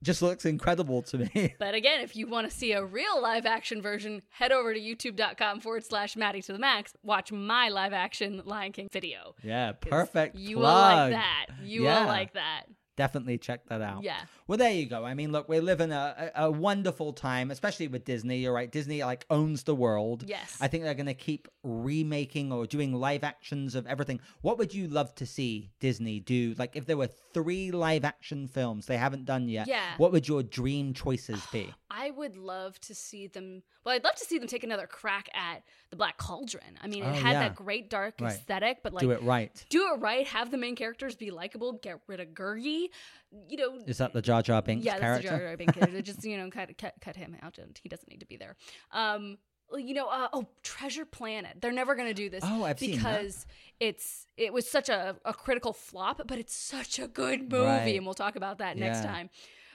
B: just looks incredible to me. [laughs]
C: But again, if you want to see a real live action version, head over to youtube.com forward slash Maddie to the max. Watch my live action Lion King video.
B: yeah,
C: 'Cause
B: perfect.
C: You
B: plug.
C: will like that. You
B: Yeah.
C: will like that.
B: Definitely check that out.
C: Yeah.
B: Well, there you go. I mean, look, we're living a, a, a wonderful time, especially with Disney. You're right. Disney like owns the world.
C: Yes.
B: I think they're going to keep remaking or doing live actions of everything. What would you love to see Disney do? Like, if there were three live action films they haven't done yet,
C: Yeah.
B: what would your dream choices
C: [sighs]
B: be?
C: I would love to see them. Well, I'd love to see them take another crack at the Black Cauldron. I mean, it
B: Oh,
C: had
B: yeah.
C: that great dark
B: Right.
C: aesthetic, but like
B: do it right.
C: do it right. Have the main characters be likable. Get rid of Gurgi. You know,
B: Is that the Jar Jar Binks
C: yeah,
B: character?
C: that's the Jar Jar Binks character. Just you know, cut, cut cut him out. And he doesn't need to be there. Um, well, you know, uh, oh, Treasure Planet. They're never gonna do this.
B: Oh, I've seen that.
C: because it's it was such a, a critical flop, but it's such a good movie,
B: Right.
C: and we'll talk about that next
B: Yeah.
C: time.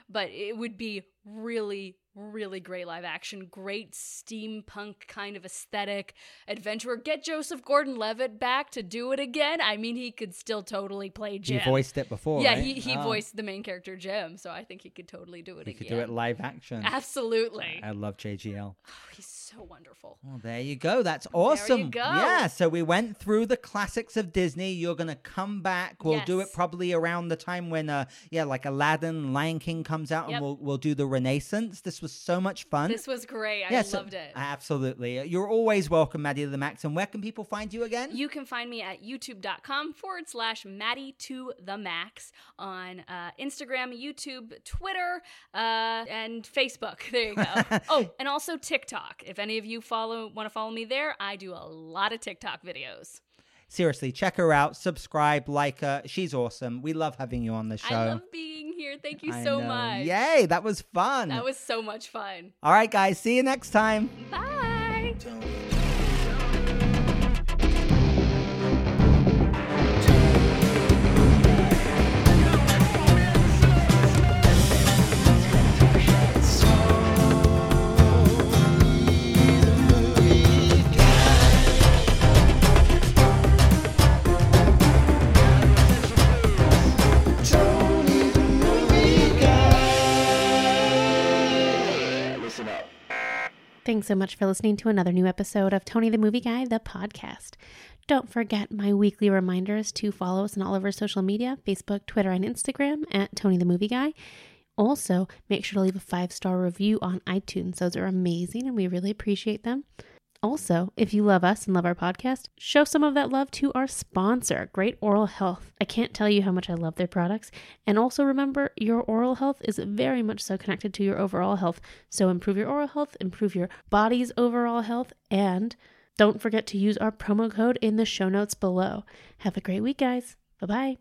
C: But it would be really, really great live action, great steampunk kind of aesthetic adventure. Get Joseph Gordon-Levitt back to do it again. I mean, he could still totally play
B: He
C: Jim.
B: voiced it before.
C: Yeah,
B: right?
C: he, he
B: Oh.
C: voiced the main character Jim, so I think he could totally do it
B: He
C: again.
B: could do it live action.
C: Absolutely.
B: I love JGL.
C: Oh, [sighs] he's so wonderful.
B: Well, there you go. That's awesome.
C: go.
B: Yeah, so we went through the classics of Disney. You're going to come back. We'll do it
C: Yes.
B: probably around the time when uh yeah, like Aladdin, Lion King comes out
C: Yep.
B: and we'll we'll do the Renaissance. This was so much fun.
C: This was great. I
B: Yeah, so-
C: loved it.
B: Absolutely. You're always welcome, Maddie the Max. And where can people find you again?
C: You can find me at youtube.com forward slash Maddie to the max on uh, Instagram, YouTube, Twitter, uh, and Facebook. [laughs] There you
B: [laughs]
C: go. oh, and also TikTok. If any of you follow want to follow me there, I do a lot of TikTok videos.
B: Seriously, check her out, subscribe, like her. She's awesome. We love having you on the show.
C: I love being here. Thank you
B: I
C: so
B: know.
C: much.
B: Yay, that was fun.
C: That was so much fun.
B: All right, guys. See you next time.
C: Bye.
E: Listen up.
A: Thanks so much for listening to another new episode of Tony the Movie Guy, the podcast. Don't forget my weekly reminders to follow us on all of our social media Facebook, Twitter, and Instagram at Tony the Movie Guy. Also, make sure to leave a five star review on iTunes. Those are amazing and we really appreciate them. Also, if you love us and love our podcast, show some of that love to our sponsor, Great Oral Health. I can't tell you how much I love their products. And also remember, your oral health is very much so connected to your overall health. So improve your oral health, improve your body's overall health, and don't forget to use our promo code in the show notes below. Have a great week, guys. Bye bye.